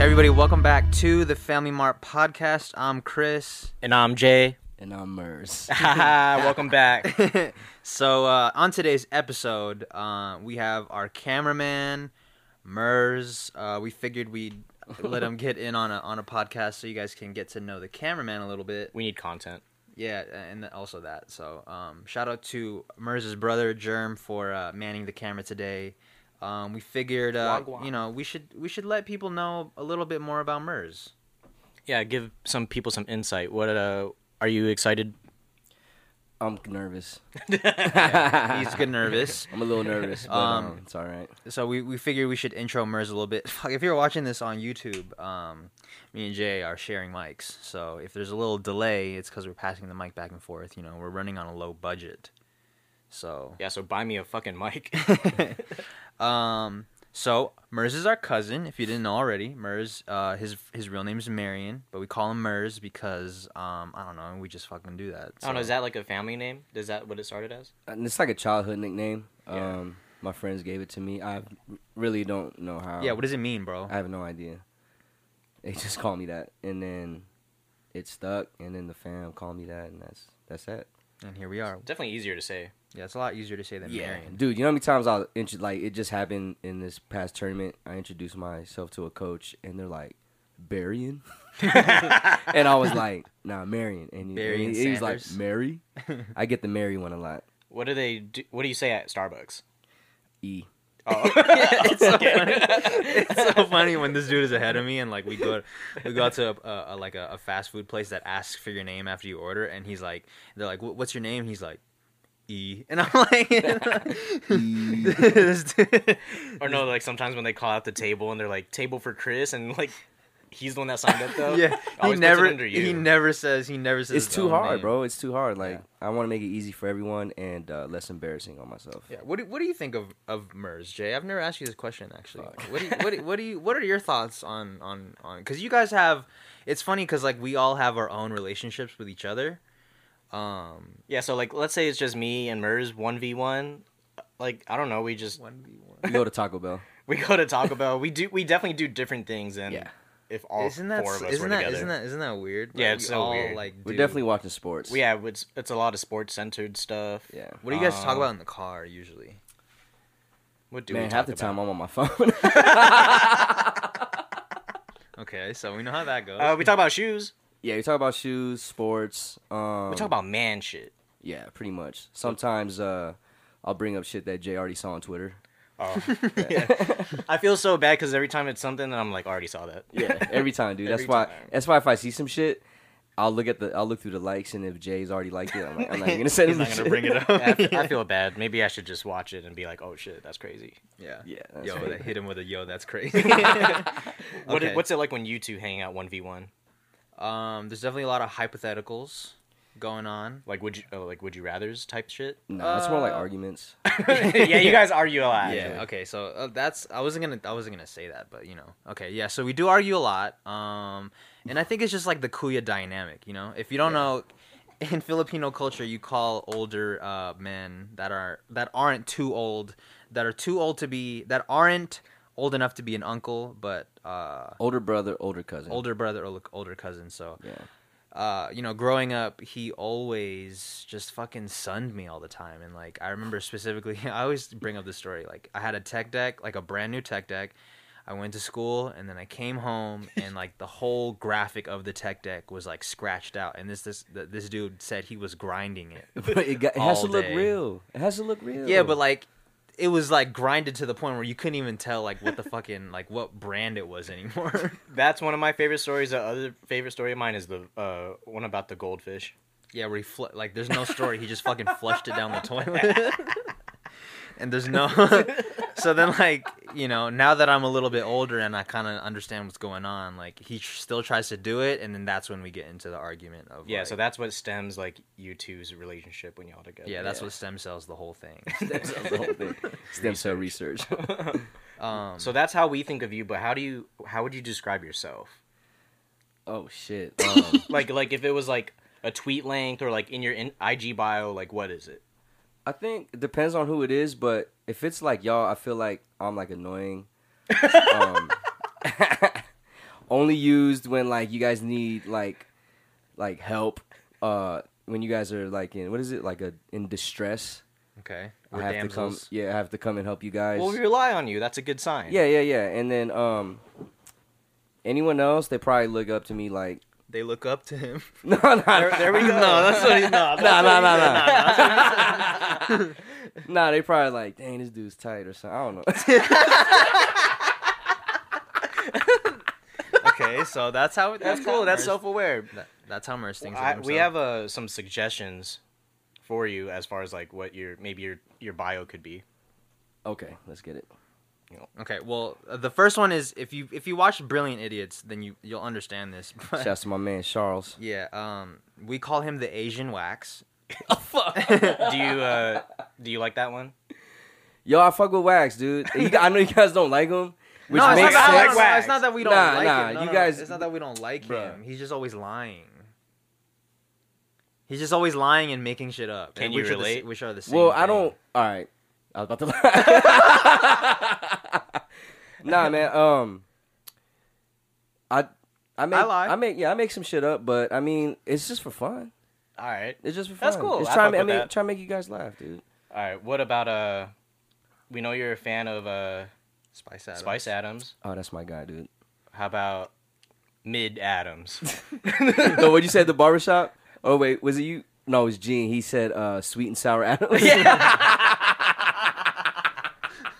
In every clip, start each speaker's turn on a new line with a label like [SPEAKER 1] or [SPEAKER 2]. [SPEAKER 1] everybody, welcome back to the Family Mart podcast. I'm Chris.
[SPEAKER 2] And I'm Jay.
[SPEAKER 3] And I'm Mers.
[SPEAKER 2] Welcome back.
[SPEAKER 1] So, uh, on today's episode, uh, we have our cameraman, Mers. Uh, we figured we'd let him get in on a, on a podcast so you guys can get to know the cameraman a little bit.
[SPEAKER 2] We need content.
[SPEAKER 1] Yeah, and also that. So, um, shout out to Mers's brother Germ for uh, manning the camera today. Um, we figured, uh,
[SPEAKER 2] Wagwan.
[SPEAKER 1] you know, we should we should let people know a little bit more about Mers.
[SPEAKER 2] Yeah, give some people some insight. What uh, are you excited?
[SPEAKER 3] I'm nervous.
[SPEAKER 1] He's good nervous.
[SPEAKER 3] I'm a little nervous, but
[SPEAKER 1] Um,
[SPEAKER 3] um, it's all right.
[SPEAKER 1] so we, we figured we should intro Mers a little bit. Fuck, if you're watching this on YouTube, um, me and Jay are sharing mics. So if there's a little delay, it's because we're passing the mic back and forth. You know, we're running on a low budget. So
[SPEAKER 2] Yeah, so buy me a fucking mic.
[SPEAKER 1] um, so Mers is our cousin. If you didn't know already, Mers, uh, his his real name is Marion, but we call him Mers because um, I don't know, we just fucking do that.
[SPEAKER 2] I don't
[SPEAKER 1] so.
[SPEAKER 2] know. Is that like a family name? Is that what it started as?
[SPEAKER 3] And it's like a childhood nickname.
[SPEAKER 2] Yeah.
[SPEAKER 3] Um, my friends gave it to me. I really don't know how.
[SPEAKER 1] Yeah, what does it mean, bro?
[SPEAKER 3] I have no idea. They just called me that, and then it stuck, and then the fam called me that, and that's that's it.
[SPEAKER 1] And here we are.
[SPEAKER 2] Definitely easier to say.
[SPEAKER 1] Yeah, it's a lot easier to say than Marion.
[SPEAKER 3] dude. You know how many times I intro like it just happened in this past tournament. I introduced myself to a coach, and they're like, "Barian," and I was like, "Nah, Marion." And
[SPEAKER 1] Barian
[SPEAKER 3] he, he's like,
[SPEAKER 1] Sanders.
[SPEAKER 3] "Mary." I get the Mary one a lot.
[SPEAKER 2] What do they do? What do you say at Starbucks?
[SPEAKER 3] E.
[SPEAKER 2] Oh,
[SPEAKER 1] it's so funny when this dude is ahead of me and like we go we go out to a, a, a- like a, a fast food place that asks for your name after you order and he's like they're like "Wh- what's your name and he's like E and I'm like
[SPEAKER 2] E.
[SPEAKER 1] this dude-
[SPEAKER 2] or no, like sometimes when they call out the table and they're like table for Chris and like he's the one that signed up though.
[SPEAKER 1] yeah he
[SPEAKER 2] Always puts it
[SPEAKER 1] never
[SPEAKER 2] under you.
[SPEAKER 1] he never says he never says
[SPEAKER 3] It's
[SPEAKER 1] his
[SPEAKER 3] too
[SPEAKER 1] own
[SPEAKER 3] hard,
[SPEAKER 1] name.
[SPEAKER 3] bro. It's too hard. Like I want to make it easy for everyone and uh, less embarrassing on myself.
[SPEAKER 1] yeah what do, what do you think of of Mers Jay I've never asked you this question actually what do you, what do, what do you what are your thoughts on on on because you guys have it's funny because like we all have our own relationships with each other um
[SPEAKER 2] Yeah, so like let's say it's just me and Mers one v one. Like I don't know, we just
[SPEAKER 1] one v one
[SPEAKER 3] You go to Taco Bell.
[SPEAKER 2] we go to Taco Bell. We do we definitely do different things and
[SPEAKER 3] Yeah.
[SPEAKER 2] if all
[SPEAKER 1] isn't that
[SPEAKER 2] four
[SPEAKER 1] s-
[SPEAKER 2] of us
[SPEAKER 1] isn't
[SPEAKER 2] were
[SPEAKER 1] that
[SPEAKER 2] together.
[SPEAKER 1] isn't that isn't that weird?
[SPEAKER 2] Yeah,
[SPEAKER 1] Like,
[SPEAKER 2] it's
[SPEAKER 1] we
[SPEAKER 2] so weird.
[SPEAKER 1] Like,
[SPEAKER 3] We're
[SPEAKER 1] do-
[SPEAKER 3] definitely watching sports.
[SPEAKER 2] we have it's it's a lot of sports centered stuff.
[SPEAKER 3] Yeah.
[SPEAKER 1] What do you guys talk
[SPEAKER 2] Um,
[SPEAKER 1] about in the car usually?
[SPEAKER 2] What do we
[SPEAKER 3] Man,
[SPEAKER 2] talk
[SPEAKER 3] half the
[SPEAKER 2] about?
[SPEAKER 3] time I'm on my phone.
[SPEAKER 1] Okay, so we know how that goes.
[SPEAKER 2] Uh, we talk about shoes.
[SPEAKER 3] yeah, we talk about shoes, sports. Um,
[SPEAKER 2] We talk about man shit.
[SPEAKER 3] Yeah, pretty much. Sometimes uh, I'll bring up shit that Jay already saw on Twitter.
[SPEAKER 2] Oh, yeah. I feel so bad because every time it's something that I'm like, I already saw that.
[SPEAKER 3] Yeah, every time, dude. That's
[SPEAKER 2] Every
[SPEAKER 3] why.
[SPEAKER 2] time.
[SPEAKER 3] That's why if I see some shit, I'll look at the. I'll look through the likes, and if Jay's already liked it, I'm like, I'm not even gonna send
[SPEAKER 1] He's
[SPEAKER 3] him.
[SPEAKER 1] not
[SPEAKER 3] the
[SPEAKER 1] gonna
[SPEAKER 3] shit.
[SPEAKER 1] bring it up.
[SPEAKER 2] I, f- I feel bad. Maybe I should just watch it and be like, oh shit, that's crazy.
[SPEAKER 1] yeah,
[SPEAKER 3] Yeah, that's
[SPEAKER 1] Yo,
[SPEAKER 3] right.
[SPEAKER 1] that hit him with a yo. That's crazy.
[SPEAKER 2] What i-
[SPEAKER 1] Okay.
[SPEAKER 2] what's it like when you two hang out one v one?
[SPEAKER 1] um, there's definitely a lot of hypotheticals going on.
[SPEAKER 2] Like would you oh, like would you rather's type shit?
[SPEAKER 3] No, it's more like
[SPEAKER 1] Uh,
[SPEAKER 3] arguments.
[SPEAKER 2] yeah, you guys argue a lot.
[SPEAKER 1] Yeah. Okay. So uh, that's I wasn't gonna I wasn't gonna say that, but you know. Okay. Yeah. So we do argue a lot. Um, and I think it's just like the kuya dynamic. You know, if you don't know, in Filipino culture, you call older uh, men that are that aren't too old, that are too old to be that aren't old enough to be an uncle, but uh,
[SPEAKER 3] Older brother, older cousin.
[SPEAKER 1] older brother or older cousin. So
[SPEAKER 3] Yeah.
[SPEAKER 1] uh, you know, growing up, he always just fucking sunned me all the time. And like, I remember specifically, I always bring up this story. Like, I had a tech deck, like a brand new tech deck. I went to school and then I came home and like the whole graphic of the tech deck was like scratched out. And this this th- this dude said he was grinding it.
[SPEAKER 3] But it, got, it has
[SPEAKER 1] All
[SPEAKER 3] to look
[SPEAKER 1] day.
[SPEAKER 3] real. It has to look real.
[SPEAKER 1] Yeah, but like it was like grinded to the point where you couldn't even tell like what the fucking like what brand it was anymore.
[SPEAKER 2] That's one of my favorite stories. The other favorite story of mine is the uh, one about the goldfish.
[SPEAKER 1] Yeah, where he fl- like there's no story. He just fucking flushed it down the toilet. and there's no. so then, like you know, now that I'm a little bit older and I kind of understand what's going on, like he tr- still tries to do it, and then that's when we get into the argument of
[SPEAKER 2] Yeah,
[SPEAKER 1] like,
[SPEAKER 2] so that's what stems like you two's relationship when y'all together.
[SPEAKER 1] yeah, that's
[SPEAKER 3] yeah.
[SPEAKER 1] what stem cells the whole thing.
[SPEAKER 3] Stem cell, the whole thing. Stem cell research.
[SPEAKER 1] Um,
[SPEAKER 2] So that's how we think of you. But how do you? How would you describe yourself?
[SPEAKER 3] oh shit. Um,
[SPEAKER 2] Like like if it was like a tweet length or like in your in- IG bio, like what is it?
[SPEAKER 3] I think it depends on who it is, but if it's like y'all, I feel like I'm like annoying. um, Only used when like you guys need like like help. Uh, when you guys are like in what is it like a in distress?
[SPEAKER 1] Okay.
[SPEAKER 2] We're
[SPEAKER 3] I have
[SPEAKER 2] damsels.
[SPEAKER 3] to come. Yeah, I have to come and help you guys.
[SPEAKER 2] Well, we rely on you. That's a good sign.
[SPEAKER 3] yeah, yeah, yeah. And then um, anyone else, they probably look up to me like
[SPEAKER 1] They look up to him.
[SPEAKER 3] no, no, there,
[SPEAKER 2] There we go. no, that's what he, no,
[SPEAKER 3] Nah, nah, nah, nah. nah, they probably like, dang, this dude's tight or something. I don't know.
[SPEAKER 1] Okay, so that's how.
[SPEAKER 2] That's cool. That's
[SPEAKER 1] so.
[SPEAKER 2] self-aware.
[SPEAKER 1] that's how Merz thinks. of
[SPEAKER 2] I, we
[SPEAKER 1] himself.
[SPEAKER 2] have uh, some suggestions for you as far as like what your maybe your your bio could be.
[SPEAKER 3] okay, let's get it.
[SPEAKER 1] Okay, well, uh, the first one is if you if you watch Brilliant Idiots, then you you'll understand this. But
[SPEAKER 3] Shouts to my man Charles.
[SPEAKER 1] yeah, um, we call him the Asian Wax.
[SPEAKER 2] Do you uh, do you like that one?
[SPEAKER 3] Yo, I fuck with Wax, dude. You gu- I know you guys don't like him, which
[SPEAKER 1] no,
[SPEAKER 3] makes
[SPEAKER 1] it's not,
[SPEAKER 2] I
[SPEAKER 1] that-
[SPEAKER 2] like
[SPEAKER 1] no, no, no,
[SPEAKER 3] sense.
[SPEAKER 2] Wax.
[SPEAKER 1] it's not that we don't
[SPEAKER 3] Nah,
[SPEAKER 1] like
[SPEAKER 3] nah,
[SPEAKER 1] him. No,
[SPEAKER 3] you
[SPEAKER 1] no,
[SPEAKER 3] guys-
[SPEAKER 1] it's not that we don't like
[SPEAKER 3] Bruh.
[SPEAKER 1] him. He's just always lying. He's just always lying and making shit up.
[SPEAKER 2] Can
[SPEAKER 1] and
[SPEAKER 2] you
[SPEAKER 1] which are the s-
[SPEAKER 2] relate?
[SPEAKER 1] which are the same.
[SPEAKER 3] Well, I
[SPEAKER 1] thing.
[SPEAKER 3] don't. All right, I was about to lie. nah, man. Um, I. I make,
[SPEAKER 1] lie.
[SPEAKER 3] I make, yeah, I make some shit up, but I mean, it's just for fun.
[SPEAKER 2] All right,
[SPEAKER 3] It's just for fun.
[SPEAKER 2] That's cool.
[SPEAKER 3] It's
[SPEAKER 2] I
[SPEAKER 3] trying,
[SPEAKER 2] fuck
[SPEAKER 3] I
[SPEAKER 2] with
[SPEAKER 3] mean,
[SPEAKER 2] that.
[SPEAKER 3] trying to make you guys laugh, dude.
[SPEAKER 2] all right. What about uh? We know you're a fan of uh,
[SPEAKER 1] Spice Adams.
[SPEAKER 2] Spice Adams.
[SPEAKER 3] Oh, that's my guy, dude.
[SPEAKER 2] How about Mid Adams?
[SPEAKER 3] no, what you said at the barbershop? Oh wait, was it you? No, it was Gene. He said uh, sweet and sour Adams.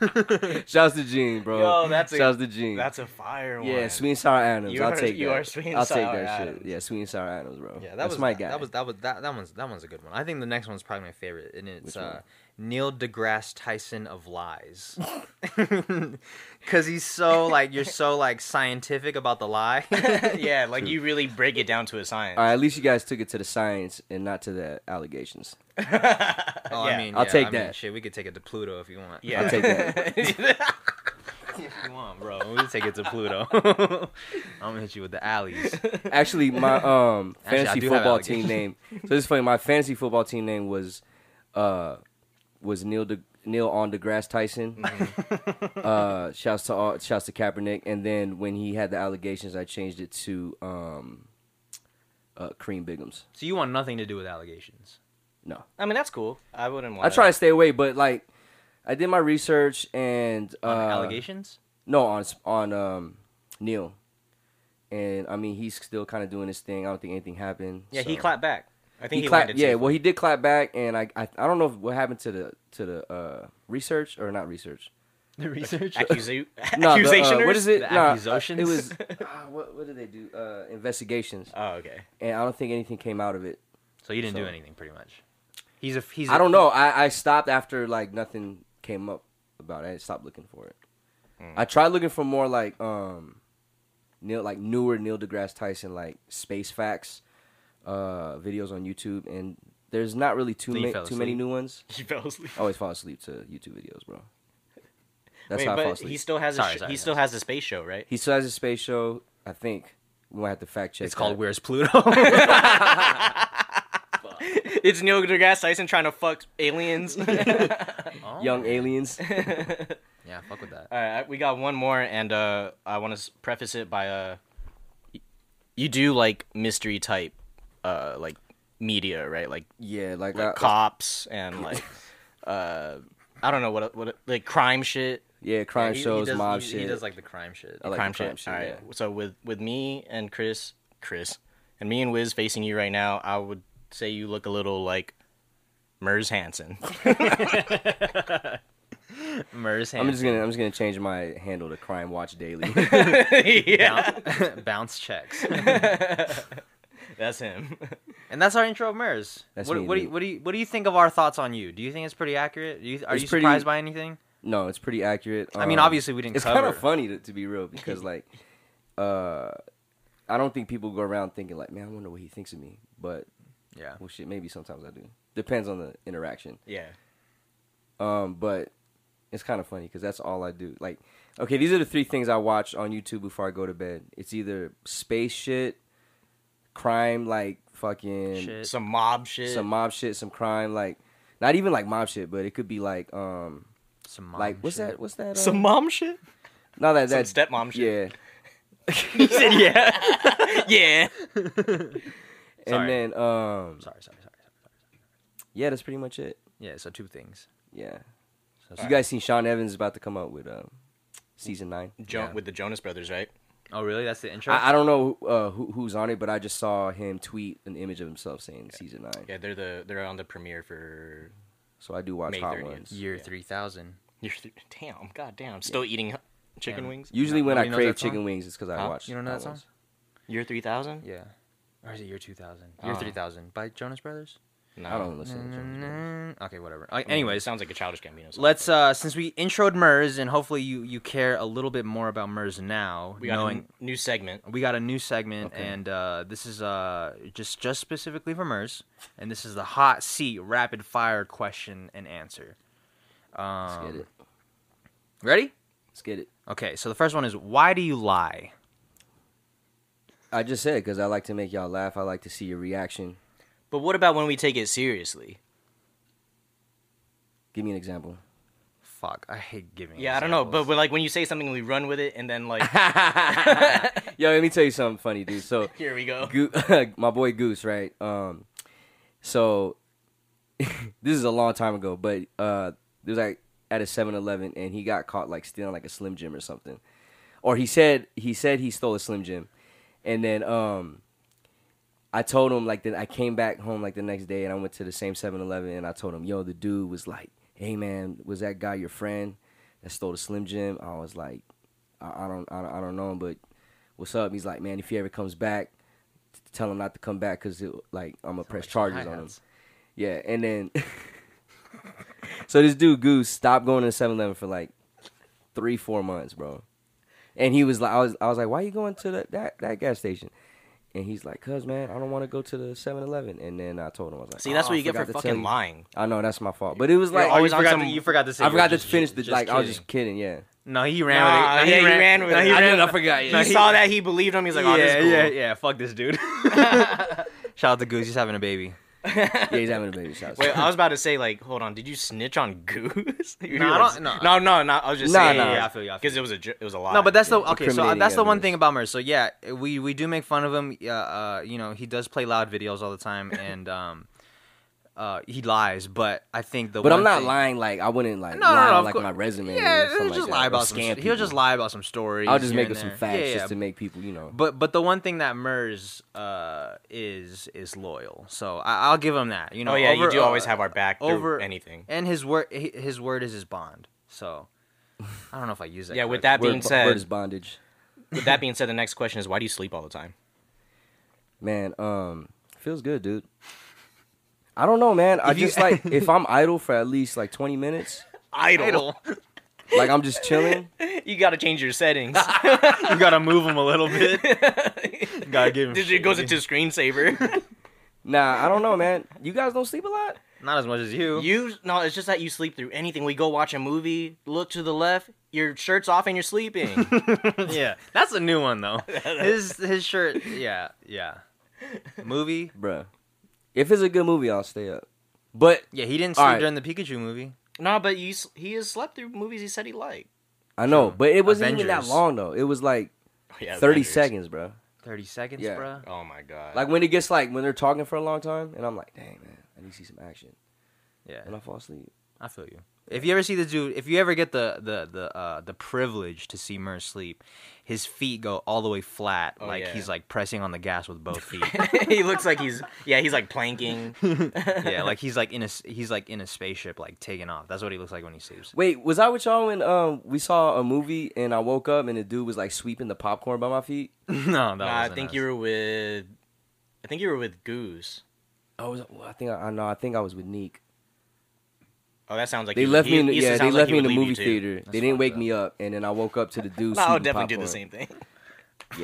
[SPEAKER 3] Shouts to Gene, bro.
[SPEAKER 2] Yo, that's a-
[SPEAKER 3] Shouts to Gene.
[SPEAKER 2] That's a fire one.
[SPEAKER 3] yeah, sweet and sour Adams.
[SPEAKER 2] You
[SPEAKER 3] I'll
[SPEAKER 2] are-
[SPEAKER 3] take that.
[SPEAKER 2] you are sweet and
[SPEAKER 3] I'll
[SPEAKER 2] sour
[SPEAKER 3] take that
[SPEAKER 2] Adams.
[SPEAKER 3] shit. Yeah, sweet and sour Adams, bro.
[SPEAKER 1] Yeah, that
[SPEAKER 3] that's
[SPEAKER 1] was
[SPEAKER 3] my
[SPEAKER 1] that,
[SPEAKER 3] guy.
[SPEAKER 1] That was that was that, that one's that one's a good one. I think the next one's probably my favorite, and it's
[SPEAKER 3] Which
[SPEAKER 1] uh,
[SPEAKER 3] one?
[SPEAKER 1] Neil deGrasse Tyson of lies, because he's so like you're so like scientific about the lie.
[SPEAKER 2] yeah, like you really break it down to a science.
[SPEAKER 3] All right, at least you guys took it to the science and not to the allegations.
[SPEAKER 1] Oh,
[SPEAKER 2] Yeah.
[SPEAKER 1] I mean,
[SPEAKER 3] I'll
[SPEAKER 1] yeah,
[SPEAKER 3] take
[SPEAKER 1] I mean,
[SPEAKER 3] that.
[SPEAKER 1] shit, we could take it to Pluto if you want.
[SPEAKER 2] yeah,
[SPEAKER 3] I'll take
[SPEAKER 2] that.
[SPEAKER 1] if you want, bro. We'll take it to Pluto. I'm gonna hit you with the alleys.
[SPEAKER 3] Actually, my um
[SPEAKER 1] Actually, I
[SPEAKER 3] fantasy
[SPEAKER 1] do have
[SPEAKER 3] football team
[SPEAKER 1] allegations.
[SPEAKER 3] name. So this is funny. My fantasy football team name was uh was Neil De, Neil on DeGrasse Tyson.
[SPEAKER 1] Mm-hmm.
[SPEAKER 3] uh, shouts to all, shouts to Kaepernick. And then when he had the allegations, I changed it to um uh Cream Bigums.
[SPEAKER 1] So you want nothing to do with allegations?
[SPEAKER 3] No,
[SPEAKER 2] I mean that's cool. I wouldn't want.
[SPEAKER 3] I try to stay away, but like I did my research and uh,
[SPEAKER 1] On allegations?
[SPEAKER 3] No, on s- on um Neil. And I mean, he's still kind of doing his thing. I don't think anything happened.
[SPEAKER 2] Yeah, he
[SPEAKER 3] so.
[SPEAKER 2] clapped back. I think
[SPEAKER 3] he,
[SPEAKER 2] he,
[SPEAKER 3] clapped.
[SPEAKER 2] landed
[SPEAKER 3] Yeah,
[SPEAKER 2] safely.
[SPEAKER 3] well, he did clap back, and I, I I don't know if what happened to the to the uh, research or not research.
[SPEAKER 1] The research?
[SPEAKER 2] Accusa-
[SPEAKER 3] No, the, uh,
[SPEAKER 2] accusationers?
[SPEAKER 3] what is it?
[SPEAKER 1] The
[SPEAKER 3] Nah,
[SPEAKER 1] accusations?
[SPEAKER 3] it was. ah, what what did they do? Uh, investigations,
[SPEAKER 2] Oh, okay.
[SPEAKER 3] and I don't think anything came out of it.
[SPEAKER 1] so you didn't do
[SPEAKER 3] So-
[SPEAKER 1] anything, pretty much. He's a he's. I
[SPEAKER 3] I don't know. I I stopped after like nothing came up about it. I stopped looking for it.
[SPEAKER 2] Hmm.
[SPEAKER 3] I tried looking for more like um, Neil like newer Neil deGrasse Tyson like space facts, uh, videos on YouTube, and there's not really too
[SPEAKER 1] Then you
[SPEAKER 3] ma-
[SPEAKER 1] fell
[SPEAKER 3] too many
[SPEAKER 1] asleep.
[SPEAKER 3] new ones.
[SPEAKER 2] He fell asleep.
[SPEAKER 3] I always fall asleep to YouTube videos, bro. Oh, That's
[SPEAKER 2] Wait,
[SPEAKER 3] how I fall
[SPEAKER 2] but
[SPEAKER 3] asleep.
[SPEAKER 2] he still has a
[SPEAKER 1] Sorry,
[SPEAKER 2] sh-
[SPEAKER 1] sorry,
[SPEAKER 2] he still has a space show, right?
[SPEAKER 3] He still has a space show, I think. We might have to fact check.
[SPEAKER 1] It's called
[SPEAKER 3] that.
[SPEAKER 1] Where's Pluto? Oh,
[SPEAKER 2] it's Neil deGrasse Tyson trying to fuck aliens. All
[SPEAKER 3] Young Aliens.
[SPEAKER 1] Yeah, fuck with that.
[SPEAKER 2] right, I- we got one more, and uh, I want to preface it by uh, y- you do like mystery type, uh, like media, right? Like,
[SPEAKER 3] yeah, like,
[SPEAKER 2] like
[SPEAKER 3] I,
[SPEAKER 2] cops and like, uh, I don't know what what like crime shit.
[SPEAKER 3] yeah, crime
[SPEAKER 1] He- he
[SPEAKER 3] shows,
[SPEAKER 1] does-
[SPEAKER 3] mob
[SPEAKER 1] he-
[SPEAKER 3] shit.
[SPEAKER 1] He does like the crime shit.
[SPEAKER 3] I like
[SPEAKER 2] crime,
[SPEAKER 3] the crime
[SPEAKER 2] shit.
[SPEAKER 3] shit,
[SPEAKER 2] All
[SPEAKER 3] yeah.
[SPEAKER 2] right. So with with me and Chris, Chris, and me and Wiz facing you right now, I would say you look a little like Merz Hansen.
[SPEAKER 1] Murs
[SPEAKER 3] I'm
[SPEAKER 1] hand
[SPEAKER 3] just gonna I'm just gonna change my handle to Crime Watch Daily.
[SPEAKER 2] yeah,
[SPEAKER 1] bounce, bounce checks,
[SPEAKER 2] that's him.
[SPEAKER 1] and that's our intro of Murs.
[SPEAKER 3] That's
[SPEAKER 1] what,
[SPEAKER 3] me,
[SPEAKER 1] what do you,
[SPEAKER 3] dude.
[SPEAKER 1] what do you what do you think of our thoughts on you? Do you think it's pretty accurate? Do you, are
[SPEAKER 3] It's
[SPEAKER 1] you
[SPEAKER 3] pretty-
[SPEAKER 1] surprised by anything?
[SPEAKER 3] no, it's pretty accurate.
[SPEAKER 1] I mean,
[SPEAKER 3] Um,
[SPEAKER 1] obviously we didn't
[SPEAKER 3] It's
[SPEAKER 1] cover.
[SPEAKER 3] kind of funny to, to be real because like, uh, I don't think people go around thinking like, man, I wonder what he thinks of me. But
[SPEAKER 1] Yeah.
[SPEAKER 3] well, shit, maybe sometimes I do. Depends on the interaction.
[SPEAKER 2] Yeah.
[SPEAKER 3] Um, but it's kind of funny because that's all I do. Like, okay, these are the three things I watch on YouTube before I go to bed. It's either space shit, crime, like fucking
[SPEAKER 1] Shit.
[SPEAKER 2] Some mob shit.
[SPEAKER 3] some mob shit, some crime, like not even like mob shit, but it could be like um
[SPEAKER 1] Some
[SPEAKER 3] like what's that? What's that? Uh,
[SPEAKER 2] mom shit?
[SPEAKER 3] no, that
[SPEAKER 2] Some
[SPEAKER 3] that
[SPEAKER 2] stepmom shit.
[SPEAKER 3] Yeah,
[SPEAKER 2] he said, "Yeah, yeah."
[SPEAKER 1] Sorry.
[SPEAKER 3] And then, um,
[SPEAKER 1] Sorry, sorry, sorry. sorry.
[SPEAKER 3] yeah, that's pretty much it.
[SPEAKER 1] Yeah, so two things.
[SPEAKER 3] Yeah.
[SPEAKER 1] So
[SPEAKER 3] You guys seen Sean Evans about to come out with um, season nine?
[SPEAKER 2] Jo-
[SPEAKER 1] Yeah.
[SPEAKER 2] With the Jonas Brothers, right?
[SPEAKER 1] Oh, really? That's the intro.
[SPEAKER 3] I, I don't know uh, who, who's on it, but I just saw him tweet an image of himself saying season nine.
[SPEAKER 2] Yeah, they're the they're on the premiere for.
[SPEAKER 3] So I do watch
[SPEAKER 2] May
[SPEAKER 3] Hot
[SPEAKER 2] 30th.
[SPEAKER 3] Ones.
[SPEAKER 1] Year
[SPEAKER 2] Yeah.
[SPEAKER 1] three thousand.
[SPEAKER 2] Damn, god damn, still eating chicken
[SPEAKER 1] Damn.
[SPEAKER 2] wings.
[SPEAKER 3] Usually
[SPEAKER 1] No-
[SPEAKER 3] when I
[SPEAKER 1] nobody knows
[SPEAKER 3] crave
[SPEAKER 1] that song?
[SPEAKER 3] chicken wings, it's because I
[SPEAKER 2] Huh?
[SPEAKER 3] watch.
[SPEAKER 1] You don't know
[SPEAKER 3] Hot
[SPEAKER 1] that song?
[SPEAKER 3] Ones.
[SPEAKER 2] Year three thousand?
[SPEAKER 1] Yeah. Or is it year two thousand? Year
[SPEAKER 2] Oh.
[SPEAKER 1] three thousand by Jonas Brothers.
[SPEAKER 2] No,
[SPEAKER 3] I don't listen to Uh-huh. Jonas Brothers.
[SPEAKER 1] Okay, whatever. Uh,
[SPEAKER 2] Anyway, it
[SPEAKER 1] anyways,
[SPEAKER 2] sounds like a childish Gambino. Song,
[SPEAKER 1] let's
[SPEAKER 2] but
[SPEAKER 1] uh since we introed Murs and hopefully you you care a little bit more about Murs now,
[SPEAKER 2] we got
[SPEAKER 1] knowing
[SPEAKER 2] a new segment.
[SPEAKER 1] we got a new segment
[SPEAKER 3] Okay.
[SPEAKER 1] and uh this is uh just just specifically for Murs and this is the hot seat rapid fire question and answer. Um,
[SPEAKER 3] Let's get it.
[SPEAKER 1] Ready?
[SPEAKER 3] Let's get it.
[SPEAKER 1] Okay, so the first one is why do you lie?
[SPEAKER 3] I just said because I like to make y'all laugh. I like to see your reaction.
[SPEAKER 2] But what about when we take it seriously?
[SPEAKER 3] Give me an example.
[SPEAKER 1] Fuck, I hate giving.
[SPEAKER 2] Yeah, I don't know, but
[SPEAKER 1] examples.
[SPEAKER 2] when, like when you say something, we run with it, and then like
[SPEAKER 3] Yo, let me tell you something funny, dude. So
[SPEAKER 2] here we go.
[SPEAKER 3] Goo my boy Goose, right? Um, so this is a long time ago, but uh, there was like at a 7-Eleven, and he got caught like stealing like a Slim Jim or something, or he said he said he stole a Slim Jim, and then um, I told him like then I came back home like the next day, and I went to the same 7-Eleven, and I told him, yo, the dude was like, hey man, was that guy your friend that stole the Slim Jim? I was like, I, I don't, I don't, I don't know him, but what's up? He's like, man, if he ever comes back, t- tell him not to come back because like I'm gonna press
[SPEAKER 1] like some
[SPEAKER 3] charges on him.
[SPEAKER 1] hi-hats.
[SPEAKER 3] Yeah, and then so this dude Goose stopped going to 7-Eleven for like three, four months, bro. And he was like, I was, I was like, why you going to the, that that gas station? And he's like, cuz man, I don't want to go to the 7-Eleven. And then I told him, I was like,
[SPEAKER 2] See, that's
[SPEAKER 3] "Oh,
[SPEAKER 2] what
[SPEAKER 3] I
[SPEAKER 2] you get for
[SPEAKER 3] forgot to tell
[SPEAKER 2] fucking
[SPEAKER 3] you."
[SPEAKER 2] lying.
[SPEAKER 3] I know that's my fault, but it was
[SPEAKER 2] You're
[SPEAKER 3] like
[SPEAKER 1] Oh, you
[SPEAKER 2] always on
[SPEAKER 1] forgot,
[SPEAKER 2] some-
[SPEAKER 1] to, you forgot to say.
[SPEAKER 3] I
[SPEAKER 1] you were
[SPEAKER 3] forgot to
[SPEAKER 1] just-
[SPEAKER 3] finish the
[SPEAKER 1] just
[SPEAKER 3] like. I was
[SPEAKER 1] kidding.
[SPEAKER 3] just kidding. Yeah.
[SPEAKER 1] No, he ran
[SPEAKER 2] Nah,
[SPEAKER 1] with it. No,
[SPEAKER 2] yeah,
[SPEAKER 1] he
[SPEAKER 2] he
[SPEAKER 1] ran,
[SPEAKER 2] ran with
[SPEAKER 1] no,
[SPEAKER 2] it.
[SPEAKER 1] He
[SPEAKER 2] I
[SPEAKER 1] ran,
[SPEAKER 2] didn't-
[SPEAKER 1] I forgot.
[SPEAKER 2] he saw that he believed him. He's like,
[SPEAKER 1] yeah,
[SPEAKER 2] oh, this is cool.
[SPEAKER 1] yeah, yeah. Fuck this dude. Shout out to Goose. He's having a baby.
[SPEAKER 3] Yeah, he's having a baby shout.
[SPEAKER 2] Wait, I was about to say like, hold on, did you snitch on Goose? You
[SPEAKER 1] No, I
[SPEAKER 2] realize-
[SPEAKER 1] don't- no.
[SPEAKER 2] no, no, no. I was just
[SPEAKER 3] No,
[SPEAKER 2] saying,
[SPEAKER 3] no.
[SPEAKER 1] Yeah, I feel you, I feel
[SPEAKER 2] because it was a ju- it was a lie.
[SPEAKER 1] Ah, No, but that's
[SPEAKER 2] yeah.
[SPEAKER 1] the okay. So uh,
[SPEAKER 3] Incriminating
[SPEAKER 1] that's the one
[SPEAKER 3] evidence.
[SPEAKER 1] thing about Murs. So yeah, we we do make fun of him. Uh, uh, you know, he does play loud videos all the time, and um, uh, he lies. But I think the
[SPEAKER 3] But
[SPEAKER 1] one
[SPEAKER 3] I'm not
[SPEAKER 1] thing-
[SPEAKER 3] lying. Like I wouldn't like
[SPEAKER 1] No, no,
[SPEAKER 3] lie
[SPEAKER 1] no,
[SPEAKER 3] on
[SPEAKER 1] of
[SPEAKER 3] like
[SPEAKER 1] course.
[SPEAKER 3] my
[SPEAKER 1] Yeah,
[SPEAKER 3] resume. or
[SPEAKER 1] he'll
[SPEAKER 3] something
[SPEAKER 1] just
[SPEAKER 3] like
[SPEAKER 1] lie
[SPEAKER 3] that,
[SPEAKER 1] about
[SPEAKER 3] or
[SPEAKER 1] some.
[SPEAKER 3] scam
[SPEAKER 1] shit. He'll
[SPEAKER 3] people.
[SPEAKER 1] just lie about some stories.
[SPEAKER 3] I'll just
[SPEAKER 1] here
[SPEAKER 3] make
[SPEAKER 1] and
[SPEAKER 3] up some
[SPEAKER 1] there.
[SPEAKER 3] facts
[SPEAKER 1] Yeah,
[SPEAKER 3] just to
[SPEAKER 1] yeah.
[SPEAKER 3] make people, you know.
[SPEAKER 1] But but the one thing that Murs uh, is is loyal. So I, I'll give him that. You know.
[SPEAKER 2] Oh yeah,
[SPEAKER 1] over-
[SPEAKER 2] you do always
[SPEAKER 1] uh,
[SPEAKER 2] have our back
[SPEAKER 1] over
[SPEAKER 2] over anything.
[SPEAKER 1] And his word, his word is his bond. So I don't know if I use that.
[SPEAKER 2] Yeah, with
[SPEAKER 1] correctly.
[SPEAKER 2] that being
[SPEAKER 3] Word,
[SPEAKER 2] said,
[SPEAKER 3] word is bondage,
[SPEAKER 2] with that being said, the next question is why do you sleep all the time?
[SPEAKER 3] man. Um, feels good, dude. I don't know, man. I
[SPEAKER 1] If you-
[SPEAKER 3] just like if I'm idle for at least like 20 minutes,
[SPEAKER 2] Idle.
[SPEAKER 3] like I'm just chilling.
[SPEAKER 2] you got to change your settings.
[SPEAKER 1] you gotta move him a little bit. gotta give him.
[SPEAKER 2] it
[SPEAKER 1] shit.
[SPEAKER 2] goes into screensaver.
[SPEAKER 3] Nah, I don't know, man. You guys don't sleep a lot.
[SPEAKER 1] not as much as you.
[SPEAKER 2] you no, it's just that you sleep through anything. We go watch a movie, look to the left, your shirt's off and you're sleeping.
[SPEAKER 1] yeah, that's a new one though. His his shirt. Yeah, yeah. Movie.
[SPEAKER 3] Bruh. If it's a good movie, I'll stay up. But
[SPEAKER 1] Yeah, he didn't
[SPEAKER 3] All
[SPEAKER 1] sleep
[SPEAKER 3] right.
[SPEAKER 1] during the Pikachu movie.
[SPEAKER 2] no, but you, s- he has slept through movies he said he liked.
[SPEAKER 3] I know,
[SPEAKER 1] True.
[SPEAKER 3] but it wasn't even that
[SPEAKER 1] Avengers.
[SPEAKER 3] long though. It was like
[SPEAKER 2] Oh, yeah,
[SPEAKER 3] 30
[SPEAKER 2] Avengers.
[SPEAKER 3] seconds, bruh.
[SPEAKER 1] Thirty seconds,
[SPEAKER 3] Yeah.
[SPEAKER 1] bruh.
[SPEAKER 2] Oh my god.
[SPEAKER 3] Like when it gets like when they're talking for a long time, and I'm like, dang man, I need to see some action,
[SPEAKER 1] Yeah,
[SPEAKER 3] and I fall asleep.
[SPEAKER 1] I feel you. If you ever see the dude, if you ever get the the the uh, the privilege to see Murs sleep, his feet go all the way flat,
[SPEAKER 2] Oh,
[SPEAKER 1] like
[SPEAKER 2] yeah.
[SPEAKER 1] he's like pressing on the gas with both feet.
[SPEAKER 2] he looks like he's yeah he's like planking.
[SPEAKER 1] yeah, like he's like in a s- he's like in a spaceship, like taking off. That's what he looks like when he sleeps.
[SPEAKER 3] Wait, was I with y'all when um we saw a movie and I woke up and the dude was like sweeping the popcorn by my feet?
[SPEAKER 1] no, that
[SPEAKER 2] Nah, I
[SPEAKER 1] wasn't
[SPEAKER 2] think
[SPEAKER 1] us.
[SPEAKER 2] you were with, I think you were with Goose.
[SPEAKER 3] I was, well, I think I, I know, I think I was with Neek.
[SPEAKER 2] Oh, that sounds like
[SPEAKER 3] They
[SPEAKER 2] he-
[SPEAKER 3] left
[SPEAKER 2] he-
[SPEAKER 3] me in, the,
[SPEAKER 2] Issa
[SPEAKER 3] yeah, they
[SPEAKER 2] sounds like
[SPEAKER 3] left
[SPEAKER 2] he
[SPEAKER 3] me in
[SPEAKER 2] would
[SPEAKER 3] the
[SPEAKER 2] leave you
[SPEAKER 3] movie
[SPEAKER 2] too.
[SPEAKER 3] theater.
[SPEAKER 1] That's
[SPEAKER 3] they didn't
[SPEAKER 1] fucked
[SPEAKER 3] wake
[SPEAKER 1] up.
[SPEAKER 3] me up, and then I woke up to the dude.
[SPEAKER 2] No, I'll
[SPEAKER 3] sweeping
[SPEAKER 2] definitely do the
[SPEAKER 3] popcorn.
[SPEAKER 2] same thing.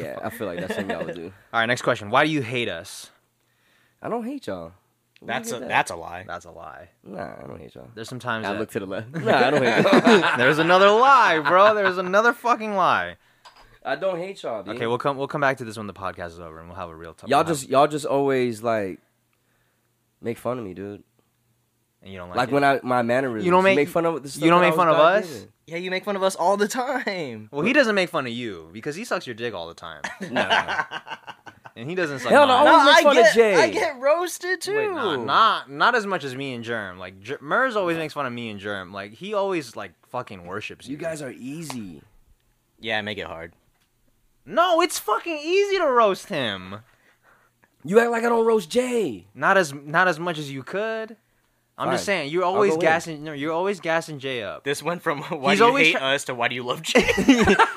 [SPEAKER 3] Yeah, I feel like that's something y'all would do.
[SPEAKER 1] All right, next question. Why do you hate us?
[SPEAKER 3] I don't hate y'all. Where
[SPEAKER 2] That's
[SPEAKER 3] you
[SPEAKER 2] a
[SPEAKER 3] get
[SPEAKER 2] that's a lie.
[SPEAKER 1] That's a lie.
[SPEAKER 3] nah. I don't hate y'all.
[SPEAKER 1] There's sometimes
[SPEAKER 3] I
[SPEAKER 1] that-
[SPEAKER 3] look to the left. Nah, I don't hate. y'all.
[SPEAKER 1] There's another lie, bro. There's another fucking lie.
[SPEAKER 3] I don't hate y'all. Dude.
[SPEAKER 1] Okay, we'll come. We'll come back to this when the podcast is over, and we'll have a real talk.
[SPEAKER 3] y'all
[SPEAKER 1] we'll have-
[SPEAKER 3] just y'all just always like make fun of me, dude.
[SPEAKER 1] and you don't like,
[SPEAKER 3] Like
[SPEAKER 1] it.
[SPEAKER 3] when I my mannerisms,
[SPEAKER 1] You don't make-
[SPEAKER 3] you make fun of the stuff
[SPEAKER 1] you don't
[SPEAKER 3] that I
[SPEAKER 1] make
[SPEAKER 3] was
[SPEAKER 1] fun of
[SPEAKER 3] God
[SPEAKER 1] us?
[SPEAKER 3] given.
[SPEAKER 2] Yeah, you make fun of us all the time.
[SPEAKER 1] Well, he doesn't make fun of you because he sucks your dick all the time,
[SPEAKER 3] No,
[SPEAKER 1] and he doesn't suck
[SPEAKER 3] Hell
[SPEAKER 1] mine.
[SPEAKER 3] no, always make fun of Jay.
[SPEAKER 2] roasted too.
[SPEAKER 1] Wait, nah, not not as much as me and Germ. Like Jer- Murs always makes fun of me and Germ. Like he always like fucking worships you.
[SPEAKER 3] you guys are easy.
[SPEAKER 2] Yeah, make it hard.
[SPEAKER 1] No, it's fucking easy to roast him.
[SPEAKER 3] You act like I don't roast Jay.
[SPEAKER 1] Not as not as much as you could. I'm just
[SPEAKER 3] Fine.
[SPEAKER 1] saying you're
[SPEAKER 3] go
[SPEAKER 1] always
[SPEAKER 3] in.
[SPEAKER 1] gassing. No, you're always gassing Jay up.
[SPEAKER 2] This went from why
[SPEAKER 1] He's
[SPEAKER 2] do you
[SPEAKER 1] always
[SPEAKER 2] hate
[SPEAKER 1] try-
[SPEAKER 2] us to why do you love Jay?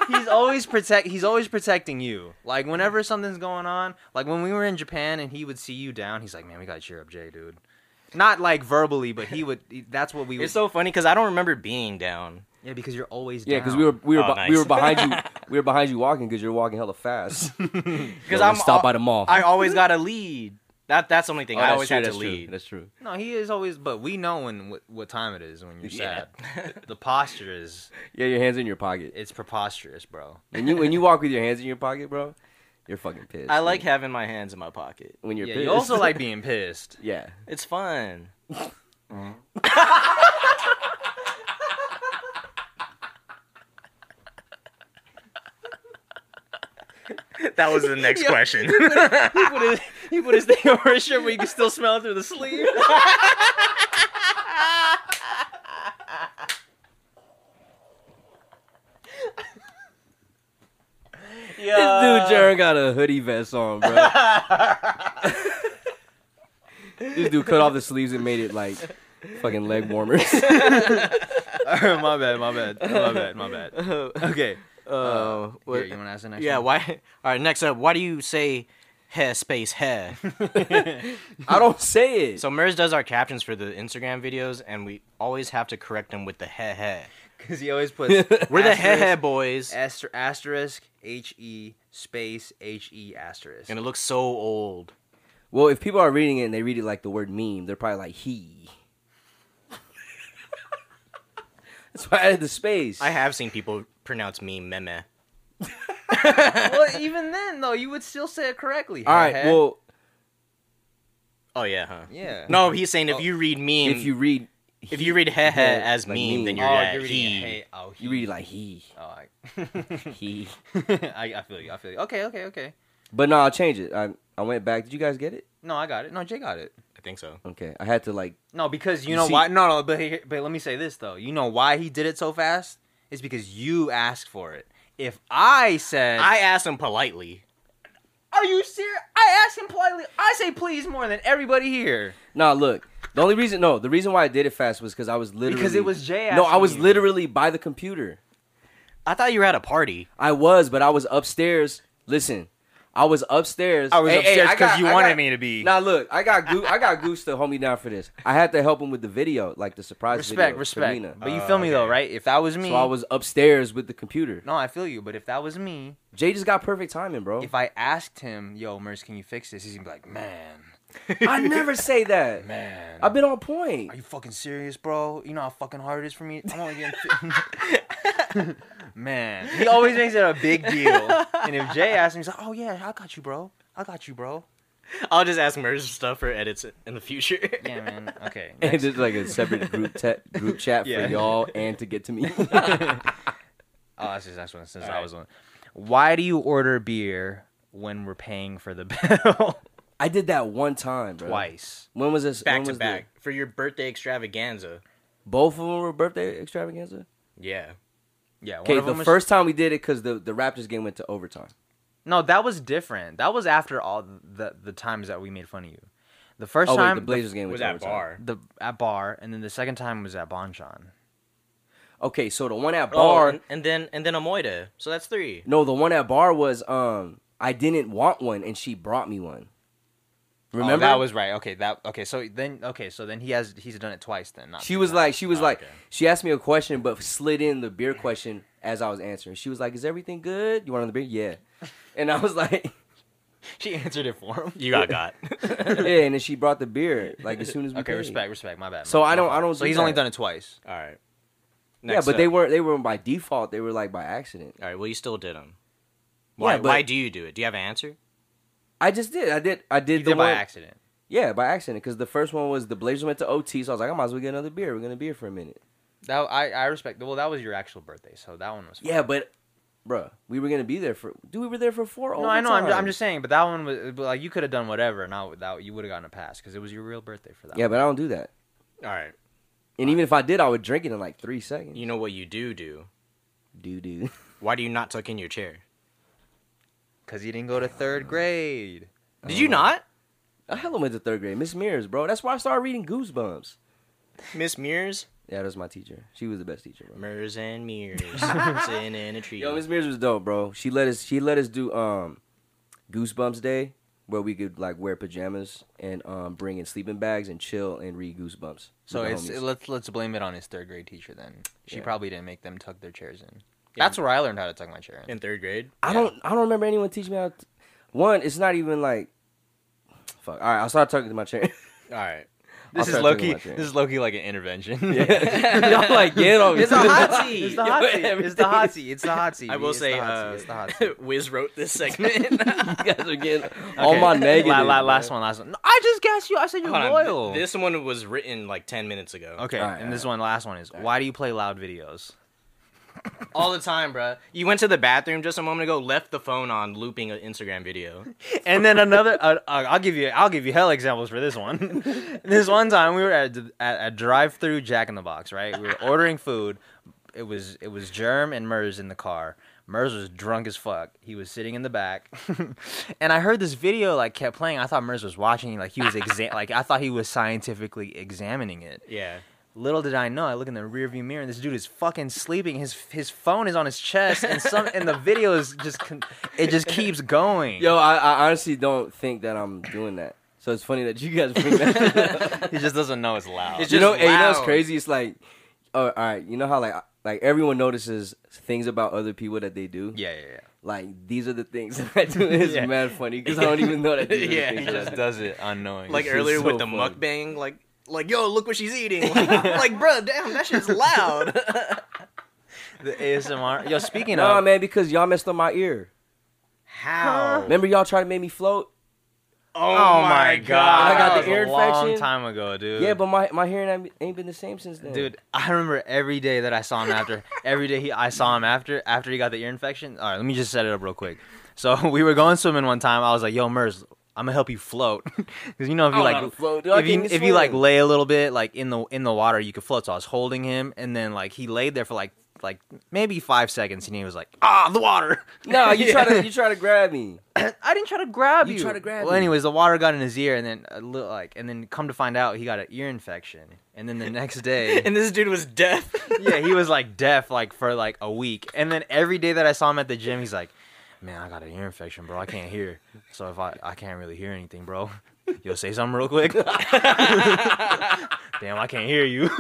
[SPEAKER 1] he's always protect. He's always protecting you. Like whenever something's going on, like when we were in Japan and he would see you down, he's like, "Man, we gotta cheer up, Jay, dude." Not like verbally, but he would. That's what we would.
[SPEAKER 2] it's so funny because I don't remember being down.
[SPEAKER 1] yeah, because you're always
[SPEAKER 3] Yeah,
[SPEAKER 1] down.
[SPEAKER 3] because we were we were
[SPEAKER 2] Oh,
[SPEAKER 3] be-
[SPEAKER 2] nice.
[SPEAKER 3] we were behind you we were behind you walking because you're walking hella fast.
[SPEAKER 2] Because
[SPEAKER 3] Yo,
[SPEAKER 2] I'm
[SPEAKER 3] let's stop
[SPEAKER 2] al-
[SPEAKER 3] by the mall.
[SPEAKER 2] I always got to lead. That that's the only thing
[SPEAKER 3] Oh,
[SPEAKER 2] I
[SPEAKER 3] that's
[SPEAKER 2] always
[SPEAKER 3] true,
[SPEAKER 2] had to
[SPEAKER 3] that's true,
[SPEAKER 2] lead.
[SPEAKER 3] That's true.
[SPEAKER 1] No, he is always. But we know when what, what time it is when you're
[SPEAKER 2] Yeah.
[SPEAKER 1] sad. The- the posture is
[SPEAKER 3] Yeah, your hands in your pocket.
[SPEAKER 1] it's preposterous, bro.
[SPEAKER 3] When you when you walk with your hands in your pocket, bro, you're fucking pissed.
[SPEAKER 2] I like
[SPEAKER 3] man.
[SPEAKER 2] having my hands in my pocket.
[SPEAKER 3] when you're
[SPEAKER 1] yeah,
[SPEAKER 3] pissed.
[SPEAKER 1] you also like being pissed.
[SPEAKER 3] yeah.
[SPEAKER 2] It's fun. that was the next question.
[SPEAKER 1] he put his he put his thing over his shirt, but you can still smell it through the sleeve.
[SPEAKER 2] Uh,
[SPEAKER 3] This dude Jaren got a hoodie vest on, bro. this dude cut off the sleeves and made it like fucking leg warmers.
[SPEAKER 1] my bad, my bad, my bad, my bad. Okay,
[SPEAKER 2] Uh, what-
[SPEAKER 1] Here, you want to ask the next
[SPEAKER 2] yeah,
[SPEAKER 1] one?
[SPEAKER 2] why? All right, next up, why do you say hair space hair?
[SPEAKER 3] I don't say it.
[SPEAKER 2] so Mers does our captions for the Instagram videos, and we always have to correct them with the heh heh.
[SPEAKER 1] Because he always puts
[SPEAKER 2] We're the heh heh
[SPEAKER 1] asterisk,
[SPEAKER 2] boys,
[SPEAKER 1] aster- asterisk H E space H E asterisk.
[SPEAKER 2] and it looks so old.
[SPEAKER 3] Well, if people are reading it and they read it like the word meme, they're probably like he. That's why I added the space.
[SPEAKER 2] I have seen people pronounce me meme.
[SPEAKER 1] well, even then though, you would still say it correctly.
[SPEAKER 3] All right.
[SPEAKER 1] Heh heh.
[SPEAKER 3] Well,
[SPEAKER 2] Oh yeah, huh?
[SPEAKER 1] yeah.
[SPEAKER 2] No, he's saying if
[SPEAKER 1] Oh.
[SPEAKER 2] you read meme,
[SPEAKER 3] if you read,
[SPEAKER 2] if you read heh heh
[SPEAKER 3] heh,
[SPEAKER 2] as
[SPEAKER 3] like
[SPEAKER 2] meme,
[SPEAKER 3] meme.
[SPEAKER 1] oh,
[SPEAKER 2] then you're, at
[SPEAKER 1] you're reading
[SPEAKER 2] he.
[SPEAKER 1] hey, oh, he.
[SPEAKER 3] you read like he,
[SPEAKER 1] Oh, I...
[SPEAKER 3] he.
[SPEAKER 1] I, I feel you. I feel you. Okay, okay, okay.
[SPEAKER 3] But no, I'll change it. I I went back. Did you guys get it?
[SPEAKER 1] No, I got it. No, Jay got it.
[SPEAKER 2] I think so.
[SPEAKER 3] Okay, I had to like.
[SPEAKER 1] No, because you,
[SPEAKER 3] You
[SPEAKER 1] know
[SPEAKER 3] see-
[SPEAKER 1] why? No, no, but here- but let me say this though. You know why he did it so fast? It's because you asked for it. If I said,
[SPEAKER 2] I asked him politely.
[SPEAKER 1] "Are you serious?" I asked him politely. I say please more than everybody here.
[SPEAKER 3] Nah, look. The only reason, no, the reason why I did it fast was because I was literally
[SPEAKER 1] Because it was Jay
[SPEAKER 3] No, I
[SPEAKER 1] asking
[SPEAKER 3] was
[SPEAKER 1] you.
[SPEAKER 3] literally by the computer.
[SPEAKER 2] I thought you were at a party.
[SPEAKER 3] I was, but I was upstairs. Listen, I was upstairs.
[SPEAKER 1] I was
[SPEAKER 3] Hey, hey,
[SPEAKER 1] upstairs
[SPEAKER 3] I got-
[SPEAKER 1] because you
[SPEAKER 3] I
[SPEAKER 1] wanted
[SPEAKER 3] got-
[SPEAKER 1] me to be.
[SPEAKER 3] Now look, I got Goose, I got Goose to hold me down for this. I had to help him with the video, like the surprise
[SPEAKER 1] respect,
[SPEAKER 3] video.
[SPEAKER 1] respect.
[SPEAKER 3] Serena.
[SPEAKER 1] But you
[SPEAKER 2] Uh,
[SPEAKER 1] feel me though,
[SPEAKER 2] okay.
[SPEAKER 1] right? If that was me,
[SPEAKER 3] So I was upstairs with the computer.
[SPEAKER 1] no, I feel you. But if that was me,
[SPEAKER 3] Jay just got perfect timing, bro.
[SPEAKER 1] if I asked him, "Yo, Merce, can you fix this?" He's gonna be like, "Man,
[SPEAKER 3] I never say that.
[SPEAKER 1] man."
[SPEAKER 3] I've been on point.
[SPEAKER 1] Are you fucking serious, bro? You know how fucking hard it is for me. I'm only getting. Man, he always makes it a big deal. And if Jay asks me, he's like, "Oh yeah, I got you, bro. I got you, bro."
[SPEAKER 2] I'll just ask Mers stuff for edits in the future.
[SPEAKER 1] Yeah, man. Okay.
[SPEAKER 3] And
[SPEAKER 1] next.
[SPEAKER 3] there's like a separate group te- group chat
[SPEAKER 1] Yeah.
[SPEAKER 3] for y'all and to get to me.
[SPEAKER 1] Oh, that's his next one since I
[SPEAKER 2] Alright.
[SPEAKER 1] was on. Why do you order beer when we're paying for the bill
[SPEAKER 3] I did that one time, bro.
[SPEAKER 1] twice?
[SPEAKER 3] When was this?
[SPEAKER 2] back
[SPEAKER 3] when
[SPEAKER 2] to
[SPEAKER 3] was the-
[SPEAKER 2] back for your birthday extravaganza.
[SPEAKER 3] both of them were birthday extravaganza.
[SPEAKER 2] Yeah.
[SPEAKER 1] Yeah. one
[SPEAKER 3] Okay,
[SPEAKER 1] of
[SPEAKER 3] the
[SPEAKER 1] them was-
[SPEAKER 3] first time we did it because the the Raptors game went to overtime.
[SPEAKER 1] No, that was different. That was after all the the times that we made fun of you. The first
[SPEAKER 3] oh wait,
[SPEAKER 1] time
[SPEAKER 3] the Blazers game went
[SPEAKER 2] Was
[SPEAKER 3] to
[SPEAKER 2] at
[SPEAKER 3] overtime.
[SPEAKER 2] bar.
[SPEAKER 1] the at bar, and then the second time was at Bonchon.
[SPEAKER 3] Okay, so the one at
[SPEAKER 2] Oh,
[SPEAKER 3] bar.
[SPEAKER 2] and, and then and then a moida. So that's three.
[SPEAKER 3] No, the one at bar was um I didn't want one and she brought me one. Remember?
[SPEAKER 1] Oh, that was right. Okay, that okay. So then, okay, so then he has he's done it twice. Then not
[SPEAKER 3] she was like she was
[SPEAKER 1] Oh,
[SPEAKER 3] like
[SPEAKER 1] okay.
[SPEAKER 3] she asked me a question but slid in the beer question as I was answering. She was like, "Is everything good? You want another beer? Yeah." And I was like,
[SPEAKER 1] she answered it for him.
[SPEAKER 2] You got got.
[SPEAKER 3] "Yeah." And then she brought the beer like as soon as we
[SPEAKER 1] Okay,
[SPEAKER 3] paid.
[SPEAKER 1] respect, respect. My bad.
[SPEAKER 3] So
[SPEAKER 1] my-
[SPEAKER 3] I
[SPEAKER 1] my
[SPEAKER 3] don't-
[SPEAKER 1] fault.
[SPEAKER 3] I don't
[SPEAKER 1] So
[SPEAKER 3] do
[SPEAKER 1] he's only
[SPEAKER 3] that.
[SPEAKER 1] done it twice.
[SPEAKER 2] All right.
[SPEAKER 3] Yeah,
[SPEAKER 2] Next
[SPEAKER 3] but they
[SPEAKER 2] up.
[SPEAKER 3] weren't they weren't by default. They were like by accident.
[SPEAKER 2] All right. Well, you still did them. Why?
[SPEAKER 3] Yeah, but-
[SPEAKER 2] Why do you do it? Do you have an answer?
[SPEAKER 3] I just did. I did. I did
[SPEAKER 1] He
[SPEAKER 3] the
[SPEAKER 1] did by
[SPEAKER 3] one.
[SPEAKER 1] accident.
[SPEAKER 3] Yeah, by accident, because the first one was the Blazers went to OT, so I was like, I might as well get another beer. We're gonna be here for a minute.
[SPEAKER 1] That I I respect. Well, that was your actual birthday, so that one was. fine.
[SPEAKER 3] Yeah, but, bruh, we were gonna be there for. Dude, we were there for four.
[SPEAKER 1] No, I know. I'm, I'm
[SPEAKER 3] overtimes.
[SPEAKER 1] just saying, but that one was but, like you could have done whatever, and I, would- that you would have gotten a pass because it was your real birthday for that.
[SPEAKER 3] Yeah, but I don't do that.
[SPEAKER 2] All right.
[SPEAKER 3] And even if I did, I would drink it in like three seconds.
[SPEAKER 2] You know what you do do?
[SPEAKER 3] do do.
[SPEAKER 2] Why do you not tuck in your chair?
[SPEAKER 1] because you didn't go to
[SPEAKER 3] Uh,
[SPEAKER 1] third grade.
[SPEAKER 2] Did you not?
[SPEAKER 3] I hella went to third grade. Miss Mears, bro. That's why I started reading Goosebumps.
[SPEAKER 2] Miss Mears?
[SPEAKER 3] Yeah, that was my teacher. She was the best teacher, bro.
[SPEAKER 2] Mears and Mears. sitting in a tree.
[SPEAKER 3] Yo, Miss Mears was dope, bro. She let us she let us do um Goosebumps Day where we could like wear pajamas and um bring in sleeping bags and chill and read Goosebumps. with
[SPEAKER 1] So
[SPEAKER 3] the
[SPEAKER 1] it's
[SPEAKER 3] homies.
[SPEAKER 1] let's let's blame it on his third grade teacher then. She
[SPEAKER 3] Yeah.
[SPEAKER 1] probably didn't make them tuck their chairs in.
[SPEAKER 2] Yeah.
[SPEAKER 1] That's where I learned how to tuck my chair in.
[SPEAKER 2] in third grade?
[SPEAKER 3] I don't I don't remember anyone teaching me how to one, it's not even like fuck. All right, I'll start talking to my chair.
[SPEAKER 2] All right.
[SPEAKER 3] I'll
[SPEAKER 1] This is
[SPEAKER 3] start tucking
[SPEAKER 1] Loki.
[SPEAKER 3] my chair in.
[SPEAKER 1] This is Loki like an intervention.
[SPEAKER 3] Y'all like, yeah, don't-
[SPEAKER 1] It's the hot seat. It's the hot
[SPEAKER 3] Yo,
[SPEAKER 1] seat. It's the hot seat. It's the hot seat.
[SPEAKER 2] I will
[SPEAKER 1] It's the
[SPEAKER 2] say,
[SPEAKER 1] hot seat.
[SPEAKER 2] uh,
[SPEAKER 1] it's the hot seat.
[SPEAKER 2] Wiz wrote this segment.
[SPEAKER 3] you guys are getting all my negative.
[SPEAKER 1] La- la-
[SPEAKER 3] bro.
[SPEAKER 1] last one. Last one. No, I just guessed you. I said you're
[SPEAKER 2] Hold on,
[SPEAKER 1] loyal.
[SPEAKER 2] th- This one was written like 10 minutes ago.
[SPEAKER 1] Okay,
[SPEAKER 3] All right,
[SPEAKER 1] and this
[SPEAKER 3] all
[SPEAKER 1] one, last one is why do you play loud videos?
[SPEAKER 2] All the time, bruh. You went to the bathroom just a moment ago, left the phone on, looping an Instagram video.
[SPEAKER 1] And then another, uh, uh, I'll give you, I'll give you hell examples for this one. this one time we were at a- at a drive-through Jack in the Box, right? We were ordering food. It was it was Germ and Mers in the car. Mers was drunk as fuck. He was sitting in the back, and I heard this video like kept playing. I thought Mers was watching, like he was exa- like I thought he was scientifically examining it.
[SPEAKER 2] Yeah.
[SPEAKER 1] Little did I know, I look in the rearview mirror and this dude is fucking sleeping. His his phone is on his chest, and some and the video is just con- it just keeps going.
[SPEAKER 3] Yo, I, I honestly don't think that I'm doing that. So it's funny that you guys bring that. up.
[SPEAKER 1] he just doesn't know it's loud.
[SPEAKER 2] It's
[SPEAKER 3] you know,
[SPEAKER 2] Just
[SPEAKER 3] and you know what's
[SPEAKER 2] loud.
[SPEAKER 3] crazy? It's like, oh, all right, you know how like like everyone notices things about other people that they do.
[SPEAKER 1] yeah, yeah, yeah.
[SPEAKER 3] Like these are the things that I do. It's
[SPEAKER 1] Yeah.
[SPEAKER 3] mad funny because I don't even know that. These
[SPEAKER 2] Yeah,
[SPEAKER 3] are the
[SPEAKER 1] He
[SPEAKER 3] things that I
[SPEAKER 1] just
[SPEAKER 3] do.
[SPEAKER 1] does it unknowingly.
[SPEAKER 2] Like
[SPEAKER 3] This is
[SPEAKER 2] earlier
[SPEAKER 3] so
[SPEAKER 2] with the
[SPEAKER 3] funny.
[SPEAKER 2] mukbang, like, like yo, look what she's eating. Like, like bruh, damn, that shit's loud.
[SPEAKER 1] the ASMR. Yo, speaking
[SPEAKER 3] Nah,
[SPEAKER 1] of,
[SPEAKER 3] man, because y'all messed up my ear.
[SPEAKER 2] How?
[SPEAKER 3] Remember y'all tried to make me float?
[SPEAKER 2] Oh,
[SPEAKER 1] oh my god,
[SPEAKER 3] I got
[SPEAKER 1] that
[SPEAKER 3] the
[SPEAKER 1] was
[SPEAKER 3] ear
[SPEAKER 1] a long
[SPEAKER 3] infection.
[SPEAKER 1] time ago, dude.
[SPEAKER 3] Yeah, but my my hearing ain't- ain't been the same since then.
[SPEAKER 1] Dude, I remember every day that I saw him after. Every day he, I saw him after after he got the ear infection. All right, let me just set it up real quick. So we were going swimming one time. I was like, "Yo, Mers, I'm gonna help you float," because you know if
[SPEAKER 3] I
[SPEAKER 1] you
[SPEAKER 3] don't know
[SPEAKER 1] like
[SPEAKER 3] how to float, dude. I
[SPEAKER 1] if you
[SPEAKER 3] can't
[SPEAKER 1] if you like
[SPEAKER 3] swim.
[SPEAKER 1] lay a little bit like in the in the water, you could float. So I was holding him, and then like he laid there for like like maybe five seconds, and he was like, "Ah, the water."
[SPEAKER 3] no, you try to you try to grab me.
[SPEAKER 1] I didn't try to grab you.
[SPEAKER 3] You tried to grab
[SPEAKER 1] Well,
[SPEAKER 3] me.
[SPEAKER 1] anyways, the water got in his ear, and then a little, like, and then come to find out, he got an ear infection, and then the next day,
[SPEAKER 2] And this dude was deaf.
[SPEAKER 1] yeah, he was like deaf like for like a week, and then every day that I saw him at the gym, he's like, "Man, I got an ear infection, bro. I can't hear. So if I I can't really hear anything, bro. Yo, say something real quick. Damn, I can't hear you.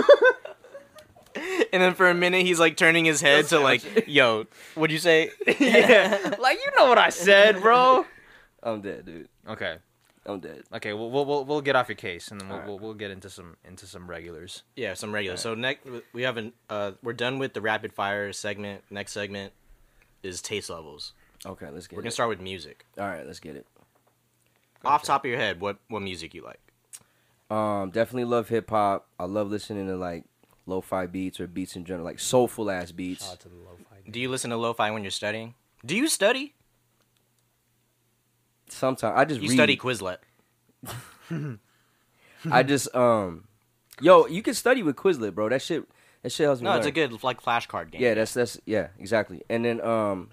[SPEAKER 2] And then for a minute, he's like turning his head to like, yo, what'd you say?
[SPEAKER 1] yeah, like you know what I said, bro.
[SPEAKER 3] I'm dead, dude.
[SPEAKER 1] Okay,
[SPEAKER 3] I'm dead.
[SPEAKER 1] okay, we'll we'll we'll, we'll get off your case, and then we'll,
[SPEAKER 3] All right.
[SPEAKER 1] we'll we'll get into some into some regulars.
[SPEAKER 2] Yeah, some regular. So next, we have an. Uh, we're done with the rapid fire segment. Next segment is taste levels.
[SPEAKER 3] Okay, let's get
[SPEAKER 2] We're gonna
[SPEAKER 3] it.
[SPEAKER 2] start with music.
[SPEAKER 3] All right, let's get it.
[SPEAKER 2] Off top of your head, what what music you like?
[SPEAKER 3] Um, definitely love hip hop. I love listening to like lo-fi beats or beats in general, like soulful ass beats.
[SPEAKER 1] to the
[SPEAKER 2] Do you listen to lo-fi when you're studying? Do you study?
[SPEAKER 3] Sometimes I just
[SPEAKER 2] You
[SPEAKER 3] read.
[SPEAKER 2] study Quizlet.
[SPEAKER 3] I just um, yo, you can study with Quizlet, bro. That shit, that shit helps me.
[SPEAKER 2] No, it's a
[SPEAKER 3] learn.
[SPEAKER 2] good like flashcard game.
[SPEAKER 3] Yeah, that's that's yeah, exactly. And then um,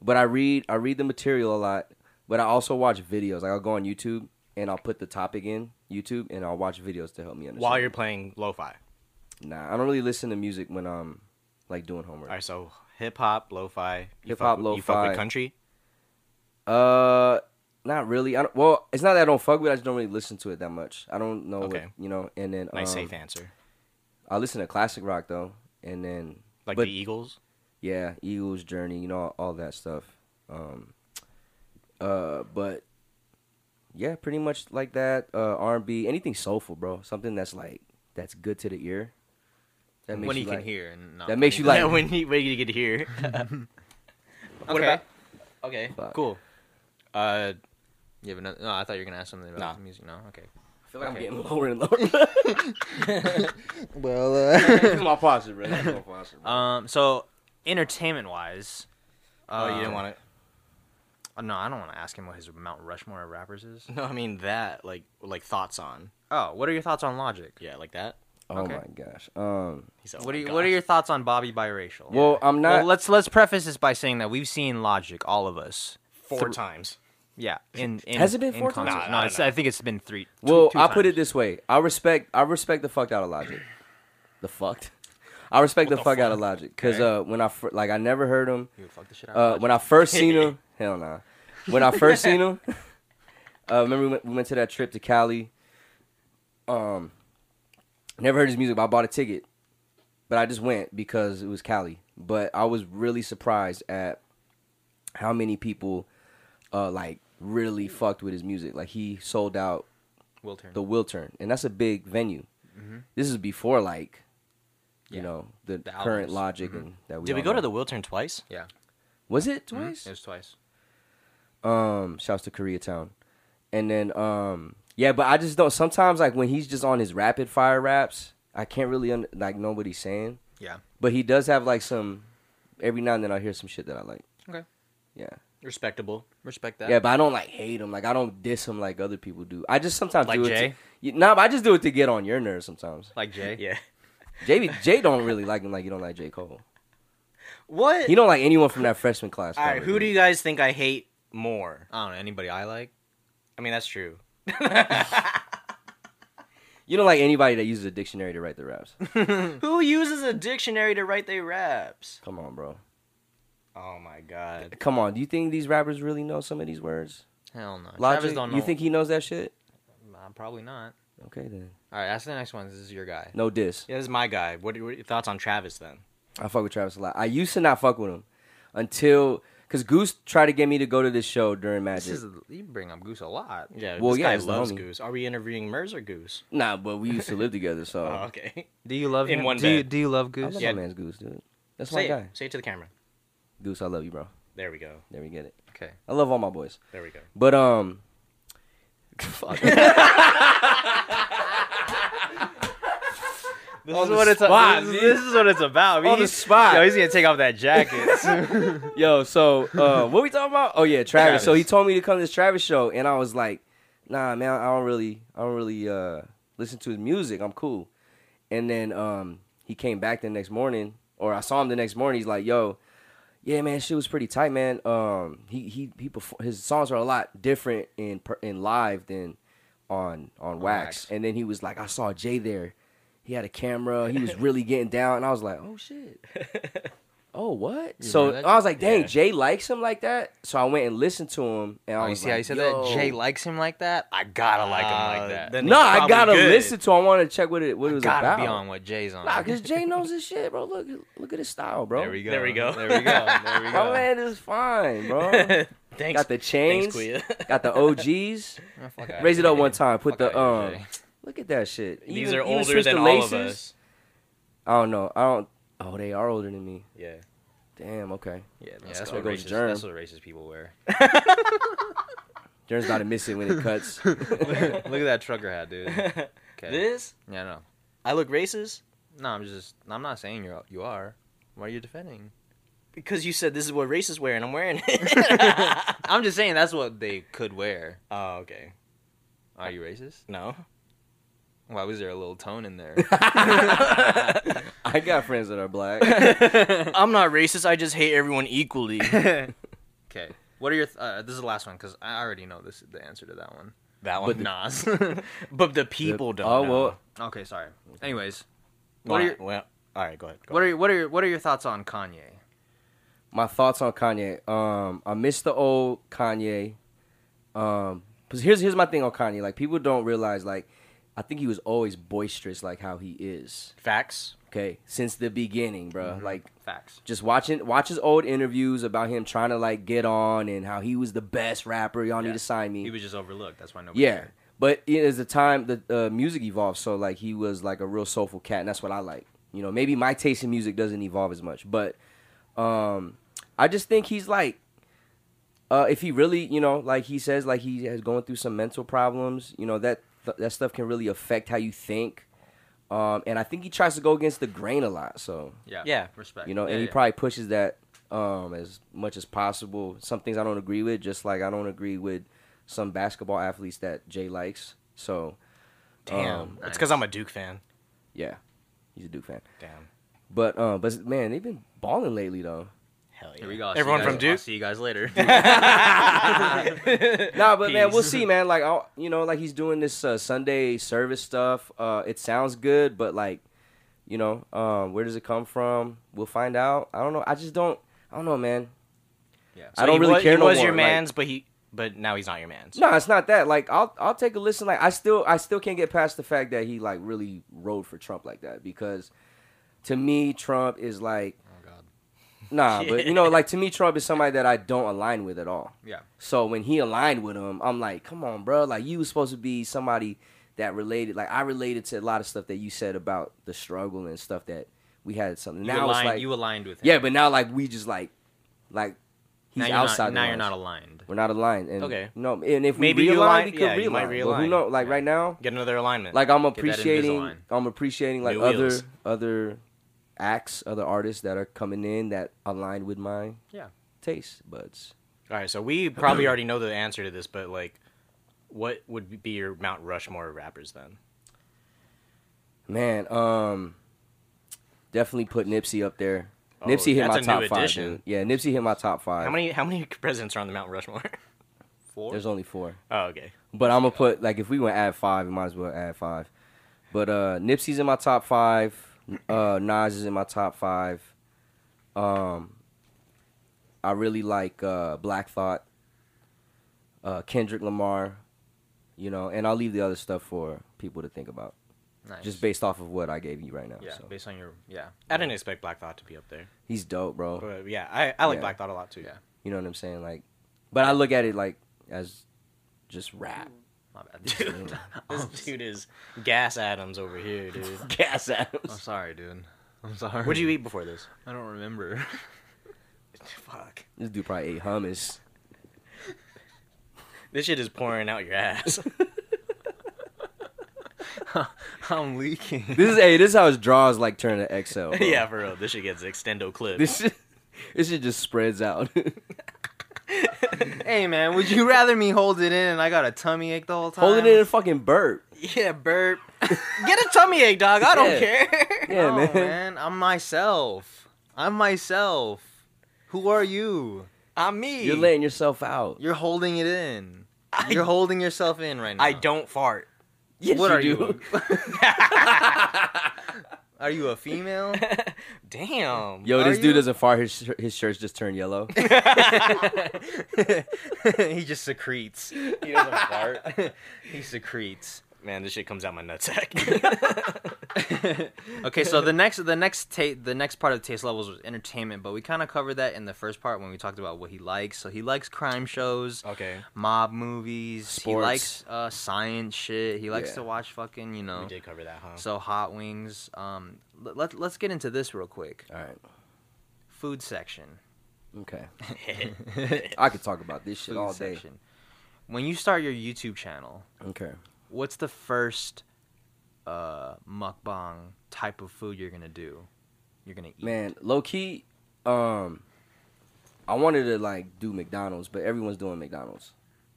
[SPEAKER 3] but I read I read the material a lot, but I also watch videos. Like I'll go on YouTube and I'll put the topic in YouTube and I'll watch videos to help me understand.
[SPEAKER 2] While you're playing lo-fi.
[SPEAKER 3] nah, I don't really listen to music when I'm like doing homework.
[SPEAKER 2] All right, so hip hop, lo-fi. you
[SPEAKER 3] Hip
[SPEAKER 2] fuck
[SPEAKER 3] hop,
[SPEAKER 2] with- You fuck
[SPEAKER 3] lo-fi.
[SPEAKER 2] with country.
[SPEAKER 3] Uh, not really. I don't, well, it's not that I don't fuck with. it, I just don't really listen to it that much. I don't know.
[SPEAKER 2] Okay.
[SPEAKER 3] What, you know, and then
[SPEAKER 2] Nice
[SPEAKER 3] um,
[SPEAKER 2] safe answer.
[SPEAKER 3] I listen to classic rock though, and then
[SPEAKER 2] Like
[SPEAKER 3] but-
[SPEAKER 2] the Eagles.
[SPEAKER 3] yeah, Eagles, Journey, you know, all that stuff. Um, uh, but yeah, pretty much like that. Uh, R and B, anything soulful, bro. Something that's like that's good to the ear. That
[SPEAKER 1] When he
[SPEAKER 3] you
[SPEAKER 1] can
[SPEAKER 3] like-
[SPEAKER 1] hear, and not
[SPEAKER 3] That makes you
[SPEAKER 1] when
[SPEAKER 3] like-
[SPEAKER 2] yeah, when you when you get here.
[SPEAKER 1] he-
[SPEAKER 2] what
[SPEAKER 1] okay. Uh,
[SPEAKER 2] about? Okay,
[SPEAKER 3] Fuck.
[SPEAKER 2] cool. Uh,
[SPEAKER 1] You have another? No, I thought you were gonna ask something about
[SPEAKER 2] Nah.
[SPEAKER 1] the music. No, okay.
[SPEAKER 3] feel like
[SPEAKER 1] Okay.
[SPEAKER 3] I'm getting lower and lower.
[SPEAKER 4] Well,
[SPEAKER 3] this
[SPEAKER 4] uh,
[SPEAKER 3] is my posture, bro. This is my posture. bro.
[SPEAKER 1] Um, so entertainment wise,
[SPEAKER 2] Oh, you
[SPEAKER 3] Uh,
[SPEAKER 2] didn't want
[SPEAKER 1] to. No, I don't want to ask him what his Mount Rushmore of rappers is.
[SPEAKER 2] to. No, I mean that. Like, like thoughts on.
[SPEAKER 1] Oh, what are your thoughts on Logic?
[SPEAKER 2] Yeah, like that.
[SPEAKER 3] oh
[SPEAKER 1] okay.
[SPEAKER 3] my gosh. Um,
[SPEAKER 2] He's like,
[SPEAKER 1] What
[SPEAKER 2] "Oh
[SPEAKER 1] are
[SPEAKER 2] my
[SPEAKER 1] you, what are
[SPEAKER 2] gosh."
[SPEAKER 1] your thoughts on Bobby biracial?
[SPEAKER 3] well, I'm
[SPEAKER 1] Well,
[SPEAKER 3] not.
[SPEAKER 1] let's let's preface this by saying that we've seen Logic, all of us.
[SPEAKER 2] four times?
[SPEAKER 1] Yeah, in, in
[SPEAKER 3] Has it been
[SPEAKER 1] in
[SPEAKER 3] four times?
[SPEAKER 1] concert.
[SPEAKER 2] Nah,
[SPEAKER 1] No,
[SPEAKER 2] nah,
[SPEAKER 1] it's,
[SPEAKER 2] nah.
[SPEAKER 1] I think it's been three. two-
[SPEAKER 3] well,
[SPEAKER 1] two
[SPEAKER 3] I put it
[SPEAKER 1] times.
[SPEAKER 3] this way. I respect. I respect the fuck out of Logic. The fucked. I respect the,
[SPEAKER 2] the
[SPEAKER 3] fuck, out
[SPEAKER 2] fuck?
[SPEAKER 3] of Logic because
[SPEAKER 2] Okay.
[SPEAKER 3] uh, when I fir- like I never heard him.
[SPEAKER 1] You would fuck the shit out
[SPEAKER 3] Uh,
[SPEAKER 1] of
[SPEAKER 3] when I first seen him, hell nah. When I first seen him, uh, remember we went, we went to that trip to Cali. Um, never heard his music, but I bought a ticket. But I just went because it was Cali. But I was really surprised at how many people, uh, like really fucked with his music. Like he sold out
[SPEAKER 1] Will Turner.
[SPEAKER 3] the Wiltern, and that's a big venue. This is before like, you
[SPEAKER 1] Yeah.
[SPEAKER 3] know, the,
[SPEAKER 1] The
[SPEAKER 3] current
[SPEAKER 1] albums.
[SPEAKER 3] logic and that we.
[SPEAKER 2] Did we
[SPEAKER 3] all
[SPEAKER 2] go
[SPEAKER 3] know.
[SPEAKER 2] to the Wiltern twice?
[SPEAKER 1] yeah,
[SPEAKER 3] Was it
[SPEAKER 1] Mhm.
[SPEAKER 3] twice?
[SPEAKER 1] It was twice.
[SPEAKER 3] Um, shouts to Koreatown. And then um yeah, but I just don't sometimes like when he's just on his rapid fire raps, I can't really un- like know what he's saying.
[SPEAKER 1] Yeah.
[SPEAKER 3] But he does have like some every now and then I hear some shit that I like.
[SPEAKER 1] Okay.
[SPEAKER 3] Yeah.
[SPEAKER 2] Respectable. Respect that.
[SPEAKER 3] Yeah, but I don't like hate him. Like I don't diss him like other people do. I just sometimes
[SPEAKER 1] Like
[SPEAKER 3] do it
[SPEAKER 1] Jay?
[SPEAKER 3] to, Nah, but I just do it to get on your nerves sometimes.
[SPEAKER 1] Like Jay.
[SPEAKER 2] Yeah.
[SPEAKER 3] Jay be- Jay don't really like him like you don't like J. Cole.
[SPEAKER 2] What?
[SPEAKER 3] He don't like anyone from that freshman class.
[SPEAKER 2] All right.
[SPEAKER 3] probably.
[SPEAKER 2] Who do you guys think I hate more?
[SPEAKER 1] I don't know anybody I like.
[SPEAKER 2] I mean, that's true.
[SPEAKER 3] You don't like anybody that uses a dictionary to write their raps.
[SPEAKER 2] Who uses a dictionary to write their raps?
[SPEAKER 3] Come on, bro.
[SPEAKER 2] Oh my god.
[SPEAKER 3] Come on. Do you think these rappers really know some of these words?
[SPEAKER 1] Hell no. Travis
[SPEAKER 3] Logic,
[SPEAKER 1] don't know.
[SPEAKER 3] you think he knows that shit?
[SPEAKER 1] Uh, probably not.
[SPEAKER 3] Okay then.
[SPEAKER 1] All right, ask the next one. This is your guy.
[SPEAKER 3] No diss.
[SPEAKER 2] Yeah, this is my guy. What are what are your thoughts on Travis then?
[SPEAKER 3] I fuck with Travis a lot. I used to not fuck with him until because Goose tried to get me to go to this show during Magic.
[SPEAKER 1] This is you bring up Goose a lot.
[SPEAKER 2] Yeah,
[SPEAKER 3] Well,
[SPEAKER 2] this
[SPEAKER 3] yeah,
[SPEAKER 2] guy
[SPEAKER 3] it's the
[SPEAKER 2] loves
[SPEAKER 3] homie.
[SPEAKER 2] Goose. Are we interviewing Mers or Goose?
[SPEAKER 3] Nah, but we used to live together, so
[SPEAKER 2] Oh, okay.
[SPEAKER 1] Do you love
[SPEAKER 2] In
[SPEAKER 1] him?
[SPEAKER 2] one
[SPEAKER 1] do you,
[SPEAKER 2] bed.
[SPEAKER 1] do you love
[SPEAKER 3] I
[SPEAKER 1] Goose?
[SPEAKER 3] love
[SPEAKER 2] Yeah.
[SPEAKER 3] my man's Goose, dude. That's
[SPEAKER 2] say
[SPEAKER 3] my
[SPEAKER 2] It.
[SPEAKER 3] guy.
[SPEAKER 2] Say it to the camera.
[SPEAKER 3] Goose, I love you, bro.
[SPEAKER 2] There we go.
[SPEAKER 3] There we get it.
[SPEAKER 1] Okay.
[SPEAKER 3] I love all my boys,
[SPEAKER 2] There we go.
[SPEAKER 3] but um,
[SPEAKER 1] This
[SPEAKER 3] On
[SPEAKER 1] is
[SPEAKER 3] the
[SPEAKER 1] what it's
[SPEAKER 3] spot,
[SPEAKER 1] about. This, this is what it's about.
[SPEAKER 3] On the
[SPEAKER 1] He's-
[SPEAKER 3] spot.
[SPEAKER 1] Yo, he's gonna take off that jacket.
[SPEAKER 3] yo, so uh, what we talking about? Oh yeah, Travis.
[SPEAKER 2] Travis.
[SPEAKER 3] So he told me to come to this Travis show, and I was like, Nah, man, I don't really, I don't really uh listen to his music. I'm cool. And then um he came back the next morning, or I saw him the next morning. He's like, Yo, yeah, man, shit was pretty tight, man. Um, he he he perfor- his songs are a lot different in per- in live than on on, wax.
[SPEAKER 1] wax.
[SPEAKER 3] And then he was like, I saw Jay there. He had a camera. He was really getting down, and I was like, Oh shit. Oh what? so
[SPEAKER 1] that?
[SPEAKER 3] I was like, dang,
[SPEAKER 2] Yeah.
[SPEAKER 3] Jay likes him like that. So I went and listened to him, and I
[SPEAKER 1] Oh, you
[SPEAKER 3] was
[SPEAKER 1] see
[SPEAKER 3] like,
[SPEAKER 1] how you said
[SPEAKER 3] yo.
[SPEAKER 1] that? Jay likes him like that. I gotta like him
[SPEAKER 2] Uh,
[SPEAKER 1] like that.
[SPEAKER 2] then
[SPEAKER 3] No,
[SPEAKER 2] he's
[SPEAKER 3] I
[SPEAKER 2] probably
[SPEAKER 3] gotta
[SPEAKER 2] good.
[SPEAKER 3] listen to. him. I want to check what it what it was
[SPEAKER 1] gotta
[SPEAKER 3] about.
[SPEAKER 1] be on what Jay's on.
[SPEAKER 3] Nah, cause Jay knows his shit, bro. Look, look at his style, bro.
[SPEAKER 1] There we go.
[SPEAKER 2] There we go.
[SPEAKER 1] There we go. There we
[SPEAKER 3] My
[SPEAKER 1] go.
[SPEAKER 3] man is fine, bro.
[SPEAKER 2] Thanks.
[SPEAKER 3] Got the chains.
[SPEAKER 2] Thanks, Quia.
[SPEAKER 3] Got the OGs.
[SPEAKER 1] Oh, fuck outta
[SPEAKER 3] Raise it up
[SPEAKER 1] here.
[SPEAKER 3] one time.
[SPEAKER 1] Fuck
[SPEAKER 3] Put the
[SPEAKER 1] outta
[SPEAKER 3] um.
[SPEAKER 1] here, Jay.
[SPEAKER 3] Look at that shit.
[SPEAKER 2] These
[SPEAKER 3] Even-
[SPEAKER 2] are
[SPEAKER 3] even
[SPEAKER 2] older
[SPEAKER 3] switch the
[SPEAKER 2] than all of
[SPEAKER 3] laces.
[SPEAKER 2] us.
[SPEAKER 3] I don't know. I don't. Oh, they are older than me.
[SPEAKER 2] Yeah.
[SPEAKER 3] Damn. Okay.
[SPEAKER 2] Yeah.
[SPEAKER 1] Yeah, that's
[SPEAKER 3] go.
[SPEAKER 1] what
[SPEAKER 3] There goes
[SPEAKER 1] racist.
[SPEAKER 3] Germ.
[SPEAKER 1] That's what racist people wear.
[SPEAKER 3] Darren's about to miss it when it cuts.
[SPEAKER 1] Look at that trucker hat, dude. Okay.
[SPEAKER 2] This?
[SPEAKER 1] Yeah, no,
[SPEAKER 2] I look racist
[SPEAKER 1] no. I'm just. I'm not saying you're. You are. Why are you defending?
[SPEAKER 2] because you said this is what racists wear, and I'm wearing it.
[SPEAKER 1] I'm just saying that's what they could wear.
[SPEAKER 2] oh, okay.
[SPEAKER 1] Are you racist?
[SPEAKER 2] No.
[SPEAKER 1] Why was there a little tone in there?
[SPEAKER 3] I got friends that are black.
[SPEAKER 2] I'm not racist. I just hate everyone equally.
[SPEAKER 1] okay. What are your? Th- uh, this is the last one because I already know this the answer to that one.
[SPEAKER 2] That
[SPEAKER 1] But
[SPEAKER 2] one.
[SPEAKER 1] Nas.
[SPEAKER 2] But the people don't.
[SPEAKER 3] Oh
[SPEAKER 2] know.
[SPEAKER 3] well.
[SPEAKER 1] okay, sorry. Anyways,
[SPEAKER 2] Well,
[SPEAKER 1] what are your
[SPEAKER 2] well, all right, go ahead. go
[SPEAKER 1] what are
[SPEAKER 2] ahead.
[SPEAKER 1] your, what are your, what are your thoughts on Kanye?
[SPEAKER 3] My thoughts on Kanye. Um, I miss the old Kanye. Um, cause here's here's my thing on Kanye. Like people don't realize like. I think he was always boisterous, like how he is.
[SPEAKER 2] facts?
[SPEAKER 3] Okay, since the beginning, bro.
[SPEAKER 1] Mm-hmm.
[SPEAKER 3] Like
[SPEAKER 1] Facts.
[SPEAKER 3] just watching watch his old interviews about him trying to like get on and how he was the best rapper. Y'all need
[SPEAKER 1] Yeah.
[SPEAKER 3] to sign me.
[SPEAKER 1] He was just overlooked. That's why nobody.
[SPEAKER 3] yeah,
[SPEAKER 1] cared.
[SPEAKER 3] but it is the time the uh, music evolved. So like he was like a real soulful cat, and that's what I like. You know, maybe my taste in music doesn't evolve as much, but um, I just think he's like, uh, if he really, you know, like he says, like he is going through some mental problems. You know that th- that stuff can really affect how you think. Um, and I think he tries to go against the grain a lot. So
[SPEAKER 1] Yeah.
[SPEAKER 2] Yeah.
[SPEAKER 1] Respect.
[SPEAKER 3] you know,
[SPEAKER 1] Yeah,
[SPEAKER 3] and he
[SPEAKER 1] yeah.
[SPEAKER 3] probably pushes that um, as much as possible. Some things I don't agree with, just like I don't agree with some basketball athletes that Jay likes. So
[SPEAKER 2] Damn,
[SPEAKER 3] um,
[SPEAKER 2] it's because I'm a Duke fan.
[SPEAKER 3] yeah, he's a Duke fan.
[SPEAKER 2] Damn,
[SPEAKER 3] But uh, but man, they've been balling lately though.
[SPEAKER 2] hell yeah.
[SPEAKER 1] Here we go. I'll see you
[SPEAKER 2] Everyone
[SPEAKER 1] guys-
[SPEAKER 2] from
[SPEAKER 1] I'll
[SPEAKER 2] Duke.
[SPEAKER 1] see you guys later. Oh,
[SPEAKER 3] nah, but man, we'll
[SPEAKER 2] Peace.
[SPEAKER 3] see, man. Like, I'll, you know, like he's doing this uh, Sunday service stuff. Uh, it sounds good, but like, you know, um, where does it come from? We'll find out. I don't know. I just don't. I don't know, man.
[SPEAKER 1] Yeah.
[SPEAKER 3] I don't
[SPEAKER 2] he
[SPEAKER 3] really
[SPEAKER 2] was,
[SPEAKER 3] care
[SPEAKER 2] He
[SPEAKER 3] no
[SPEAKER 2] was
[SPEAKER 3] more.
[SPEAKER 2] your
[SPEAKER 3] like-
[SPEAKER 2] man's, but he, but now he's not your man's.
[SPEAKER 3] No, it's not that. Like I'll I'll take a listen. Like I still I still can't get past the fact that he like really rode for Trump like that because to me Trump is like
[SPEAKER 1] oh God.
[SPEAKER 3] nah, but you know like to me Trump is somebody that I don't align with at all.
[SPEAKER 1] Yeah.
[SPEAKER 3] So when he aligned with him, I'm like, come on, bro. Like you was supposed to be somebody that related. Like I related to a lot of stuff that you said about the struggle and stuff that we had something.
[SPEAKER 1] You
[SPEAKER 3] Now
[SPEAKER 1] aligned.
[SPEAKER 3] it's like
[SPEAKER 1] you aligned with him.
[SPEAKER 3] yeah, but now like we just like like he's
[SPEAKER 1] now you're
[SPEAKER 3] outside.
[SPEAKER 1] Not,
[SPEAKER 3] the
[SPEAKER 1] now you're
[SPEAKER 3] lines.
[SPEAKER 1] not aligned.
[SPEAKER 3] We're not aligned. And
[SPEAKER 2] Okay.
[SPEAKER 3] No, and if
[SPEAKER 2] Maybe
[SPEAKER 3] we
[SPEAKER 2] you
[SPEAKER 3] realign,
[SPEAKER 2] align-
[SPEAKER 3] we could
[SPEAKER 2] yeah,
[SPEAKER 3] realign.
[SPEAKER 2] you might
[SPEAKER 3] But who
[SPEAKER 2] realign.
[SPEAKER 3] know? Like right now,
[SPEAKER 2] Get another alignment.
[SPEAKER 3] like I'm
[SPEAKER 1] that
[SPEAKER 3] appreciating,
[SPEAKER 1] Invisalign.
[SPEAKER 3] I'm appreciating like
[SPEAKER 2] New
[SPEAKER 3] other
[SPEAKER 2] wheels.
[SPEAKER 3] other acts, other artists that are coming in that align with my
[SPEAKER 1] Yeah.
[SPEAKER 3] taste buds.
[SPEAKER 2] All right, so we probably already know the answer to this, but like, what would be your Mount Rushmore of rappers then?
[SPEAKER 3] Man, um, definitely put Nipsey up there.
[SPEAKER 2] Oh,
[SPEAKER 3] Nipsey hit
[SPEAKER 2] that's
[SPEAKER 3] my
[SPEAKER 2] a new
[SPEAKER 3] top five.
[SPEAKER 2] addition.
[SPEAKER 3] Dude. Yeah, Nipsey hit my top five.
[SPEAKER 2] How many how many presidents are on the Mount Rushmore?
[SPEAKER 1] Four.
[SPEAKER 3] There's only four.
[SPEAKER 2] oh, okay.
[SPEAKER 3] But I'm gonna put like if we want to add five, we might as well add five. But uh Nipsey's in my top five. Uh Nas is in my top five. Um I really like uh Black Thought, uh Kendrick Lamar, you know, and I'll leave the other stuff for people to think about.
[SPEAKER 1] nice.
[SPEAKER 3] Just based off of what I gave you right now.
[SPEAKER 1] yeah.
[SPEAKER 3] So.
[SPEAKER 1] Based on your yeah.
[SPEAKER 2] I didn't expect Black Thought to be up there,
[SPEAKER 3] He's dope, bro.
[SPEAKER 2] but yeah, I, I like
[SPEAKER 3] Yeah.
[SPEAKER 2] Black Thought a lot too.
[SPEAKER 1] Yeah.
[SPEAKER 3] You know what I'm saying? Like but I look at it like as just rap.
[SPEAKER 1] My bad.
[SPEAKER 2] Dude, this
[SPEAKER 1] I'm,
[SPEAKER 2] dude is gas atoms over here, dude.
[SPEAKER 3] Gas
[SPEAKER 1] I'm
[SPEAKER 3] Adams.
[SPEAKER 1] sorry, dude. I'm sorry.
[SPEAKER 2] What'd you eat before this?
[SPEAKER 1] I don't remember.
[SPEAKER 2] Fuck,
[SPEAKER 3] This dude probably ate hummus.
[SPEAKER 2] this shit is pouring out your ass.
[SPEAKER 1] I'm leaking.
[SPEAKER 3] This is hey, this is how his draws like turn to XL. bro.
[SPEAKER 2] yeah, for real, this shit gets extendo clip.
[SPEAKER 3] This shit, this shit just spreads out.
[SPEAKER 1] hey man, would you rather me hold it in and I got a tummy ache the whole time?
[SPEAKER 3] Hold it in and fucking burp.
[SPEAKER 2] yeah, burp. Get a tummy ache, dog. I don't
[SPEAKER 3] Yeah.
[SPEAKER 2] care.
[SPEAKER 3] Yeah,
[SPEAKER 1] No,
[SPEAKER 3] man.
[SPEAKER 1] Oh, man. I'm myself. I'm myself. Who are you?
[SPEAKER 2] I'm me.
[SPEAKER 3] You're letting yourself out.
[SPEAKER 1] You're holding it in.
[SPEAKER 2] I-
[SPEAKER 1] You're holding yourself in right now.
[SPEAKER 2] I don't fart.
[SPEAKER 3] Yes,
[SPEAKER 1] What are
[SPEAKER 3] you?
[SPEAKER 1] you?
[SPEAKER 3] do.
[SPEAKER 1] Are you a female?
[SPEAKER 2] Damn.
[SPEAKER 3] Yo,
[SPEAKER 1] Are
[SPEAKER 3] this dude
[SPEAKER 1] you?
[SPEAKER 3] doesn't fart. His shir- his shirts just turn yellow.
[SPEAKER 1] he just secretes. He doesn't fart. he secretes.
[SPEAKER 2] Man, this shit comes out my nutsack.
[SPEAKER 1] okay, so the next the next ta- the next part of taste levels was entertainment, but we kind of covered that in the first part when we talked about what he likes. So he likes crime shows,
[SPEAKER 2] okay.
[SPEAKER 1] mob movies. He
[SPEAKER 3] Sports.
[SPEAKER 1] likes uh, science shit. He likes
[SPEAKER 3] Yeah.
[SPEAKER 1] to watch fucking you know.
[SPEAKER 2] We did cover that, huh?
[SPEAKER 1] So hot wings. Um, let, let let's get into this real quick.
[SPEAKER 3] All right.
[SPEAKER 1] Food section.
[SPEAKER 3] Okay. I could talk about this shit
[SPEAKER 1] Food
[SPEAKER 3] all day.
[SPEAKER 1] section. When you start your YouTube channel,
[SPEAKER 3] Okay.
[SPEAKER 1] what's the first uh, mukbang type of food you're gonna do? You're gonna eat.
[SPEAKER 3] Man, low key, um, I wanted to like do McDonald's, but everyone's doing McDonald's.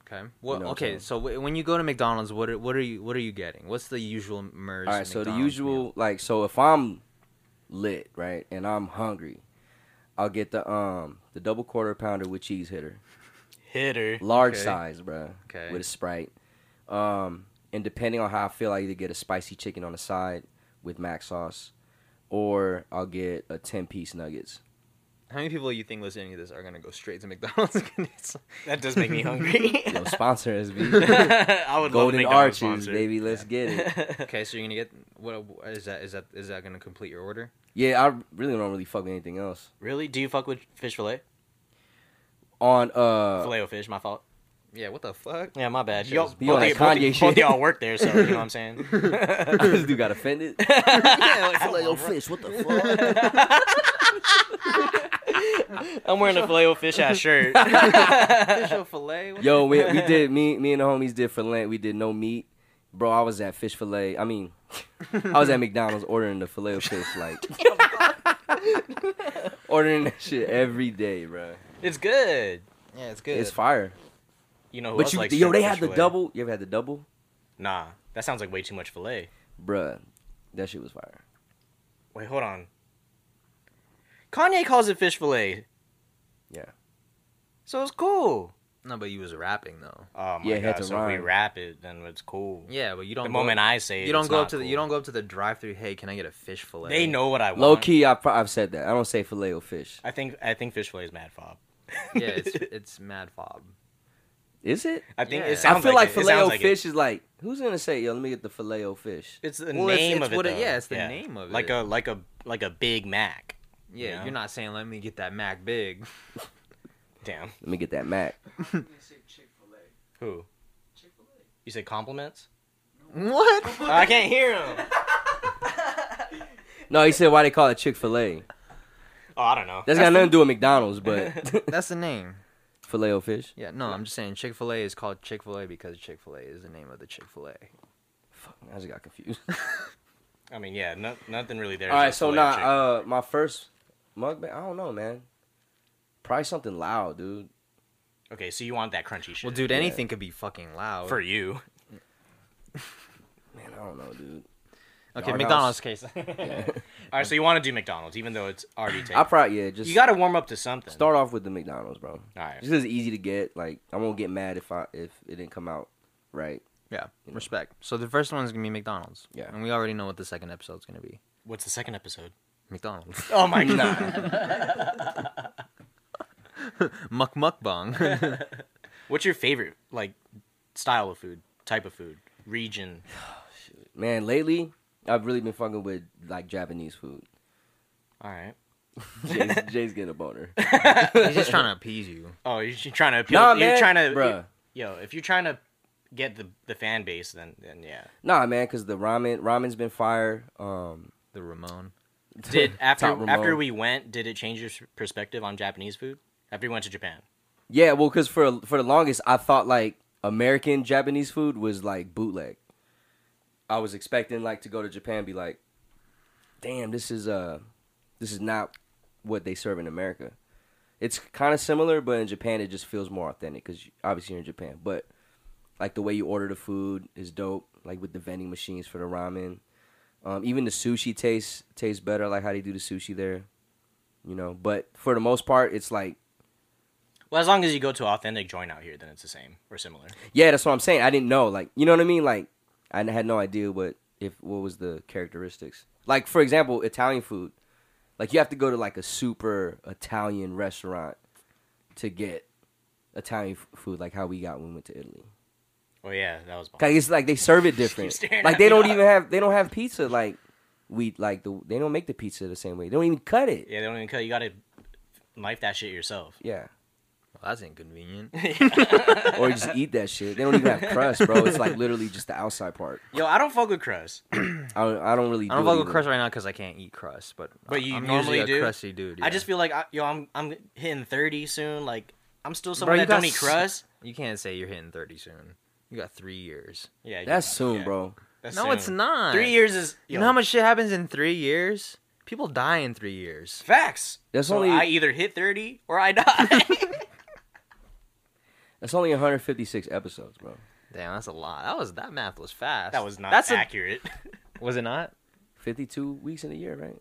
[SPEAKER 1] Okay. Well,
[SPEAKER 3] know what I'm
[SPEAKER 1] okay.
[SPEAKER 3] saying?
[SPEAKER 1] So w- when you go to McDonald's, what are, what are you what are you getting? What's the usual merge?
[SPEAKER 3] All right. So the
[SPEAKER 1] McDonald's
[SPEAKER 3] usual,
[SPEAKER 1] meal?
[SPEAKER 3] like, so if I'm lit, right, and I'm hungry, I'll get the um the double quarter pounder with cheese hitter.
[SPEAKER 2] Hitter.
[SPEAKER 3] large
[SPEAKER 1] Okay.
[SPEAKER 3] size, bro.
[SPEAKER 1] Okay.
[SPEAKER 3] With a sprite. Um, and depending on how I feel, I either get a spicy chicken on the side with mac sauce, or I'll get a ten piece nuggets.
[SPEAKER 1] How many people you think listening to this are gonna go straight to McDonald's? It's-
[SPEAKER 2] That does make me hungry.
[SPEAKER 3] Yo, sponsor us, B.
[SPEAKER 2] I would love
[SPEAKER 3] Golden
[SPEAKER 2] McDonald's
[SPEAKER 3] Arches,
[SPEAKER 2] sponsor.
[SPEAKER 3] baby. Let's get it.
[SPEAKER 1] okay. So you're gonna get what is that? Is that is that gonna complete your order?
[SPEAKER 3] Yeah, I really don't really fuck with anything else.
[SPEAKER 2] Really? Do you fuck with fish fillet?
[SPEAKER 3] On uh,
[SPEAKER 2] Filet o fish, my fault.
[SPEAKER 1] Yeah. What the fuck?
[SPEAKER 2] Yeah, my bad.
[SPEAKER 1] Y'all-
[SPEAKER 2] Both,
[SPEAKER 3] You on
[SPEAKER 2] of
[SPEAKER 3] that
[SPEAKER 2] y- both,
[SPEAKER 3] Kanye
[SPEAKER 2] y- both
[SPEAKER 3] shit.
[SPEAKER 2] y'all work there, so you know what I'm saying.
[SPEAKER 3] this dude got offended. Filet
[SPEAKER 2] yeah,
[SPEAKER 3] fish. What the fuck?
[SPEAKER 2] I'm wearing a filet o fish ass shirt.
[SPEAKER 1] Fish or fillet? What the-
[SPEAKER 3] Yo, we, we did me me and the homies did for Lent. We did no meat. Bro, I was at fish fillet. I mean, I was at McDonald's ordering the fillet of fish, like ordering that shit every day, bro.
[SPEAKER 2] It's good. Oh,
[SPEAKER 1] Yeah, it's good.
[SPEAKER 3] It's fire.
[SPEAKER 2] You know who
[SPEAKER 3] but
[SPEAKER 2] else
[SPEAKER 3] you,
[SPEAKER 2] likes
[SPEAKER 3] yo,
[SPEAKER 2] shrimp
[SPEAKER 3] they had the
[SPEAKER 2] fish fillet?
[SPEAKER 3] double. You ever had the double,
[SPEAKER 2] Nah, that sounds like way too much fillet.
[SPEAKER 3] Bruh, That shit was fire.
[SPEAKER 2] Wait, hold on. Kanye calls it fish fillet.
[SPEAKER 3] Yeah.
[SPEAKER 2] So it's cool.
[SPEAKER 1] no, but you was rapping though.
[SPEAKER 2] Oh my
[SPEAKER 3] Yeah, it had
[SPEAKER 2] god!
[SPEAKER 3] to
[SPEAKER 2] So if
[SPEAKER 3] rhyme.
[SPEAKER 2] we wrap it, then it's cool.
[SPEAKER 1] Yeah, but you don't.
[SPEAKER 2] the
[SPEAKER 1] go-
[SPEAKER 2] moment I say it,
[SPEAKER 1] you don't
[SPEAKER 2] it's
[SPEAKER 1] go
[SPEAKER 2] not
[SPEAKER 1] up to the
[SPEAKER 2] cool.
[SPEAKER 1] you don't go up to the drive through. Hey, can I get a fish fillet?
[SPEAKER 2] They know what I want.
[SPEAKER 3] Low key, I, pro- I've said that. I don't say filet o fish.
[SPEAKER 2] I think I think fish fillet is mad fob.
[SPEAKER 1] Yeah, it's it's mad fob.
[SPEAKER 3] Is it?
[SPEAKER 2] I think
[SPEAKER 1] Yeah. I
[SPEAKER 2] it sounds
[SPEAKER 3] I feel like,
[SPEAKER 2] it. It
[SPEAKER 3] filet
[SPEAKER 2] sounds
[SPEAKER 3] o
[SPEAKER 2] like it.
[SPEAKER 3] fish is like who's gonna say yo? Let me get the filet o fish.
[SPEAKER 2] It's the
[SPEAKER 1] Well, it's-
[SPEAKER 2] name
[SPEAKER 1] it's
[SPEAKER 2] of it.
[SPEAKER 1] what it-
[SPEAKER 2] though.
[SPEAKER 1] yeah, it's the name of
[SPEAKER 2] like
[SPEAKER 1] it.
[SPEAKER 2] Like a like a like a Big Mac.
[SPEAKER 1] Yeah,
[SPEAKER 2] Yeah.
[SPEAKER 1] you're not saying let me get that Mac Big.
[SPEAKER 2] Damn.
[SPEAKER 3] Let me get that mac.
[SPEAKER 2] Who? You said compliments?
[SPEAKER 1] What?
[SPEAKER 2] I can't hear him.
[SPEAKER 3] No, he said why they call it Chick Fil A.
[SPEAKER 2] Oh, I don't know.
[SPEAKER 3] That's got nothing to do with McDonald's, but
[SPEAKER 1] That's the name.
[SPEAKER 3] filet o fish.
[SPEAKER 1] Yeah, no, I'm just saying Chick Fil A is called Chick Fil A because Chick Fil A is the name of the Chick Fil A.
[SPEAKER 3] Fuck, I just got confused.
[SPEAKER 2] I mean, yeah, no, nothing really there.
[SPEAKER 3] All right,
[SPEAKER 2] Just
[SPEAKER 3] so
[SPEAKER 2] filet
[SPEAKER 3] now
[SPEAKER 2] chicken.
[SPEAKER 3] uh, my first mukbang. I don't know, man. Probably something loud, dude.
[SPEAKER 2] okay, so you want that crunchy shit?
[SPEAKER 1] Well, dude,
[SPEAKER 3] Yeah.
[SPEAKER 1] anything could be fucking loud.
[SPEAKER 2] for you.
[SPEAKER 3] Man, I don't know, dude.
[SPEAKER 1] okay,
[SPEAKER 3] Doghouse.
[SPEAKER 1] McDonald's case.
[SPEAKER 2] All right, so you want to do McDonald's, even though it's already taken.
[SPEAKER 3] I probably yeah. Just
[SPEAKER 2] you got to warm up to something.
[SPEAKER 3] start off with the McDonald's, bro.
[SPEAKER 2] All right.
[SPEAKER 3] Just 'cause it's easy to get. Like I won't get mad if I if it didn't come out right.
[SPEAKER 1] yeah, respect. So the first one's gonna be McDonald's.
[SPEAKER 3] Yeah.
[SPEAKER 1] and we already know what the second episode's gonna be.
[SPEAKER 2] What's the second episode?
[SPEAKER 1] McDonald's.
[SPEAKER 2] Oh my god.
[SPEAKER 1] Muck muck bong.
[SPEAKER 2] What's your favorite like style of food, type of food, region?
[SPEAKER 3] Man, lately I've really been fucking with like Japanese food.
[SPEAKER 2] All right.
[SPEAKER 3] Jay's, Jay's getting a boner.
[SPEAKER 1] He's just trying to appease you.
[SPEAKER 2] Oh, you're, you're trying to appeal.
[SPEAKER 3] nah,
[SPEAKER 2] you're
[SPEAKER 3] man,
[SPEAKER 2] trying to,
[SPEAKER 3] bruh.
[SPEAKER 2] yo. If you're trying to get the the fan base, then then yeah.
[SPEAKER 3] Nah, man, because the ramen ramen's been fire. Um,
[SPEAKER 1] The Ramon.
[SPEAKER 2] Did after
[SPEAKER 3] Top Ramon.
[SPEAKER 2] after we went, did it change your s- perspective on Japanese food? After we went to Japan,
[SPEAKER 3] yeah, well, because for for the longest I thought like American Japanese food was like bootleg. I was expecting like to go to Japan, be like, damn, this is uh, this is not what they serve in America. It's kind of similar, but in Japan it just feels more authentic because obviously you're in Japan. But like the way you order the food is dope. Like with the vending machines for the ramen, um, even the sushi tastes tastes better. Like how they do the sushi there, you know. But for the most part, it's like
[SPEAKER 2] well, as long as you go to an authentic joint out here, then it's the same or similar.
[SPEAKER 3] yeah, that's what I'm saying. I didn't know, like you know what I mean. Like I had no idea what if what was the characteristics. Like for example, Italian food. Like you have to go to like a super Italian restaurant to get Italian f- food, like how we got when we went to Italy.
[SPEAKER 2] Oh yeah, that was. bomb.
[SPEAKER 3] Cause it's like they serve it different.
[SPEAKER 2] staring
[SPEAKER 3] Like
[SPEAKER 2] at
[SPEAKER 3] they
[SPEAKER 2] me.
[SPEAKER 3] don't even have they don't have pizza like we like the they don't make the pizza the same way. They don't even cut it.
[SPEAKER 2] Yeah, they don't even cut. You gotta knife that shit yourself.
[SPEAKER 3] Yeah.
[SPEAKER 1] Well, that's inconvenient.
[SPEAKER 3] Or you just eat that shit. They don't even have crust, bro. It's like literally just the outside part.
[SPEAKER 2] Yo, I don't fuck with crust.
[SPEAKER 3] I don't, I don't really.
[SPEAKER 1] I don't
[SPEAKER 3] do
[SPEAKER 1] fuck
[SPEAKER 3] it
[SPEAKER 1] with
[SPEAKER 3] either.
[SPEAKER 1] crust right now because I can't eat crust. But
[SPEAKER 2] But
[SPEAKER 1] I-
[SPEAKER 2] you
[SPEAKER 1] I'm
[SPEAKER 2] usually
[SPEAKER 1] normally a
[SPEAKER 2] do?
[SPEAKER 1] crusty dude.
[SPEAKER 2] I
[SPEAKER 1] yeah.
[SPEAKER 2] just feel like I, yo, I'm I'm hitting thirty soon. Like I'm still
[SPEAKER 1] Bro,
[SPEAKER 2] someone
[SPEAKER 1] you
[SPEAKER 2] that don't
[SPEAKER 1] got
[SPEAKER 2] eat
[SPEAKER 1] s-
[SPEAKER 2] crust.
[SPEAKER 1] you can't say you're hitting thirty soon. You got three years.
[SPEAKER 2] Yeah, you-
[SPEAKER 3] That's soon,
[SPEAKER 2] yeah,
[SPEAKER 3] bro.
[SPEAKER 2] that's
[SPEAKER 1] no,
[SPEAKER 2] soon.
[SPEAKER 1] it's not.
[SPEAKER 2] Three years is
[SPEAKER 1] You
[SPEAKER 2] yo,
[SPEAKER 1] know how much shit happens in three years? People die in three years.
[SPEAKER 2] facts.
[SPEAKER 3] That's
[SPEAKER 2] So
[SPEAKER 3] only-
[SPEAKER 2] I either hit thirty or I die.
[SPEAKER 3] That's only 156 episodes, bro.
[SPEAKER 1] Damn, that's a lot. That was that math was fast.
[SPEAKER 2] that was not
[SPEAKER 1] That's a-
[SPEAKER 2] accurate.
[SPEAKER 1] was it not?
[SPEAKER 3] 52 weeks in a year, right?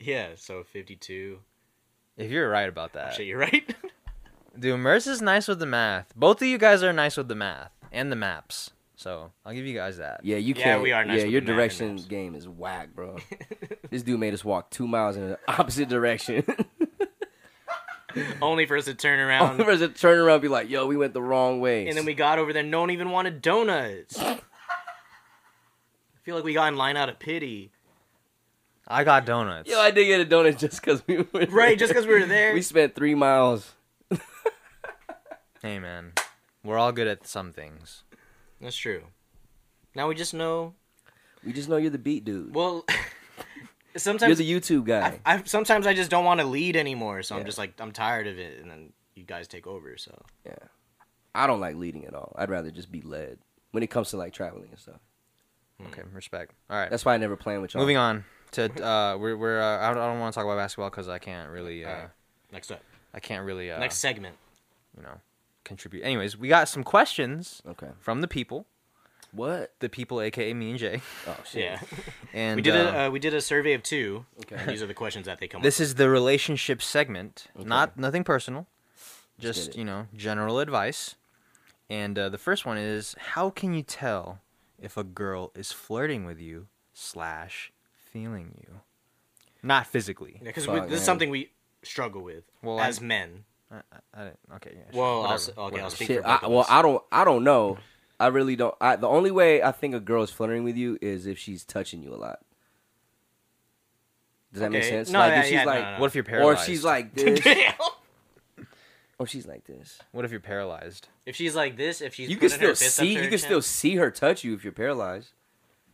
[SPEAKER 2] yeah, so fifty-two.
[SPEAKER 1] If you're right about that,
[SPEAKER 2] Shit, you're right.
[SPEAKER 1] dude. Merce is nice with the math. Both of you guys are nice with the math and the maps. So I'll give you guys that.
[SPEAKER 3] Yeah, you
[SPEAKER 2] Yeah,
[SPEAKER 3] can't.
[SPEAKER 2] we are nice
[SPEAKER 3] yeah,
[SPEAKER 2] with
[SPEAKER 3] your
[SPEAKER 2] the math and
[SPEAKER 3] direction
[SPEAKER 2] maps.
[SPEAKER 3] game is whack, bro. this dude made us walk two miles in the opposite direction.
[SPEAKER 2] Only for us to turn
[SPEAKER 3] All
[SPEAKER 2] around,
[SPEAKER 3] of us would turn around and be like, yo, we went the wrong way.
[SPEAKER 2] Um, and then we got over there. No one even wanted donuts. I feel like we got in line out of pity,
[SPEAKER 1] I got donuts.
[SPEAKER 3] Yo, I did get a donut just because we were.
[SPEAKER 2] right? Just because we were there.
[SPEAKER 3] We spent three miles.
[SPEAKER 1] Hey man, we're all good at some things.
[SPEAKER 2] That's true. Now we just know.
[SPEAKER 3] We just know you're the beat dude.
[SPEAKER 2] Well,
[SPEAKER 3] You're
[SPEAKER 2] sometimes
[SPEAKER 3] the YouTube guy.
[SPEAKER 2] I, I sometimes I just don't want to lead anymore, so
[SPEAKER 3] Yeah.
[SPEAKER 2] I'm just like I'm tired of it, and then you guys take over. So
[SPEAKER 3] I don't like leading at all. I'd rather just be led. when it comes to like traveling and stuff.
[SPEAKER 2] Hmm.
[SPEAKER 1] Okay, respect. All right.
[SPEAKER 3] That's why I never plan with y'all.
[SPEAKER 1] Moving on to uh, we're we're uh, I don't, I don't want to talk about basketball because I can't really uh,
[SPEAKER 2] Alright. Next up.
[SPEAKER 1] I can't really uh,
[SPEAKER 2] Next segment.
[SPEAKER 1] you know contribute. Anyways, we got some questions
[SPEAKER 3] Okay.
[SPEAKER 1] from the people,
[SPEAKER 3] What?
[SPEAKER 1] the people, aka me and Jay,
[SPEAKER 3] Oh shit.
[SPEAKER 2] Yeah.
[SPEAKER 1] and
[SPEAKER 2] we did
[SPEAKER 1] uh,
[SPEAKER 2] a uh, we did a survey of two.
[SPEAKER 3] Okay.
[SPEAKER 2] and these are the questions that they come.
[SPEAKER 1] This
[SPEAKER 2] up
[SPEAKER 1] is the relationship segment. Not nothing personal.
[SPEAKER 3] Let's get
[SPEAKER 1] Just,
[SPEAKER 3] it.
[SPEAKER 1] you know, general advice. And uh, the first one is how can you tell if a girl is flirting with you slash feeling you? Not physically.
[SPEAKER 2] because
[SPEAKER 3] Fuck,
[SPEAKER 2] this
[SPEAKER 3] man.
[SPEAKER 2] is something we struggle with
[SPEAKER 1] Well,
[SPEAKER 2] as
[SPEAKER 1] I'm-
[SPEAKER 2] men.
[SPEAKER 1] I, I, I don't- okay, yeah. sure,
[SPEAKER 2] Well, I'll
[SPEAKER 1] whatever,
[SPEAKER 2] s- okay, I'll
[SPEAKER 1] whatever.
[SPEAKER 2] speak-
[SPEAKER 3] Shit,
[SPEAKER 2] for both
[SPEAKER 3] I,
[SPEAKER 2] of
[SPEAKER 3] well,
[SPEAKER 2] us.
[SPEAKER 3] I don't, I don't know. I really don't. I, the only way I think a girl's flirting with you is if she's touching you a lot. Does that make
[SPEAKER 2] Okay.
[SPEAKER 3] sense?
[SPEAKER 2] No,
[SPEAKER 3] like
[SPEAKER 2] yeah,
[SPEAKER 3] if she's
[SPEAKER 2] yeah, no,
[SPEAKER 3] like,
[SPEAKER 2] no, no.
[SPEAKER 1] What if you're
[SPEAKER 3] uh, or
[SPEAKER 1] paralyzed?
[SPEAKER 3] if she's like this, or she's like this.
[SPEAKER 1] What if you're paralyzed?
[SPEAKER 2] if she's like this, if she's
[SPEAKER 3] You can
[SPEAKER 2] putting
[SPEAKER 3] still
[SPEAKER 2] her fist up
[SPEAKER 3] see.
[SPEAKER 2] to her
[SPEAKER 3] You can still see her touch you if you're paralyzed,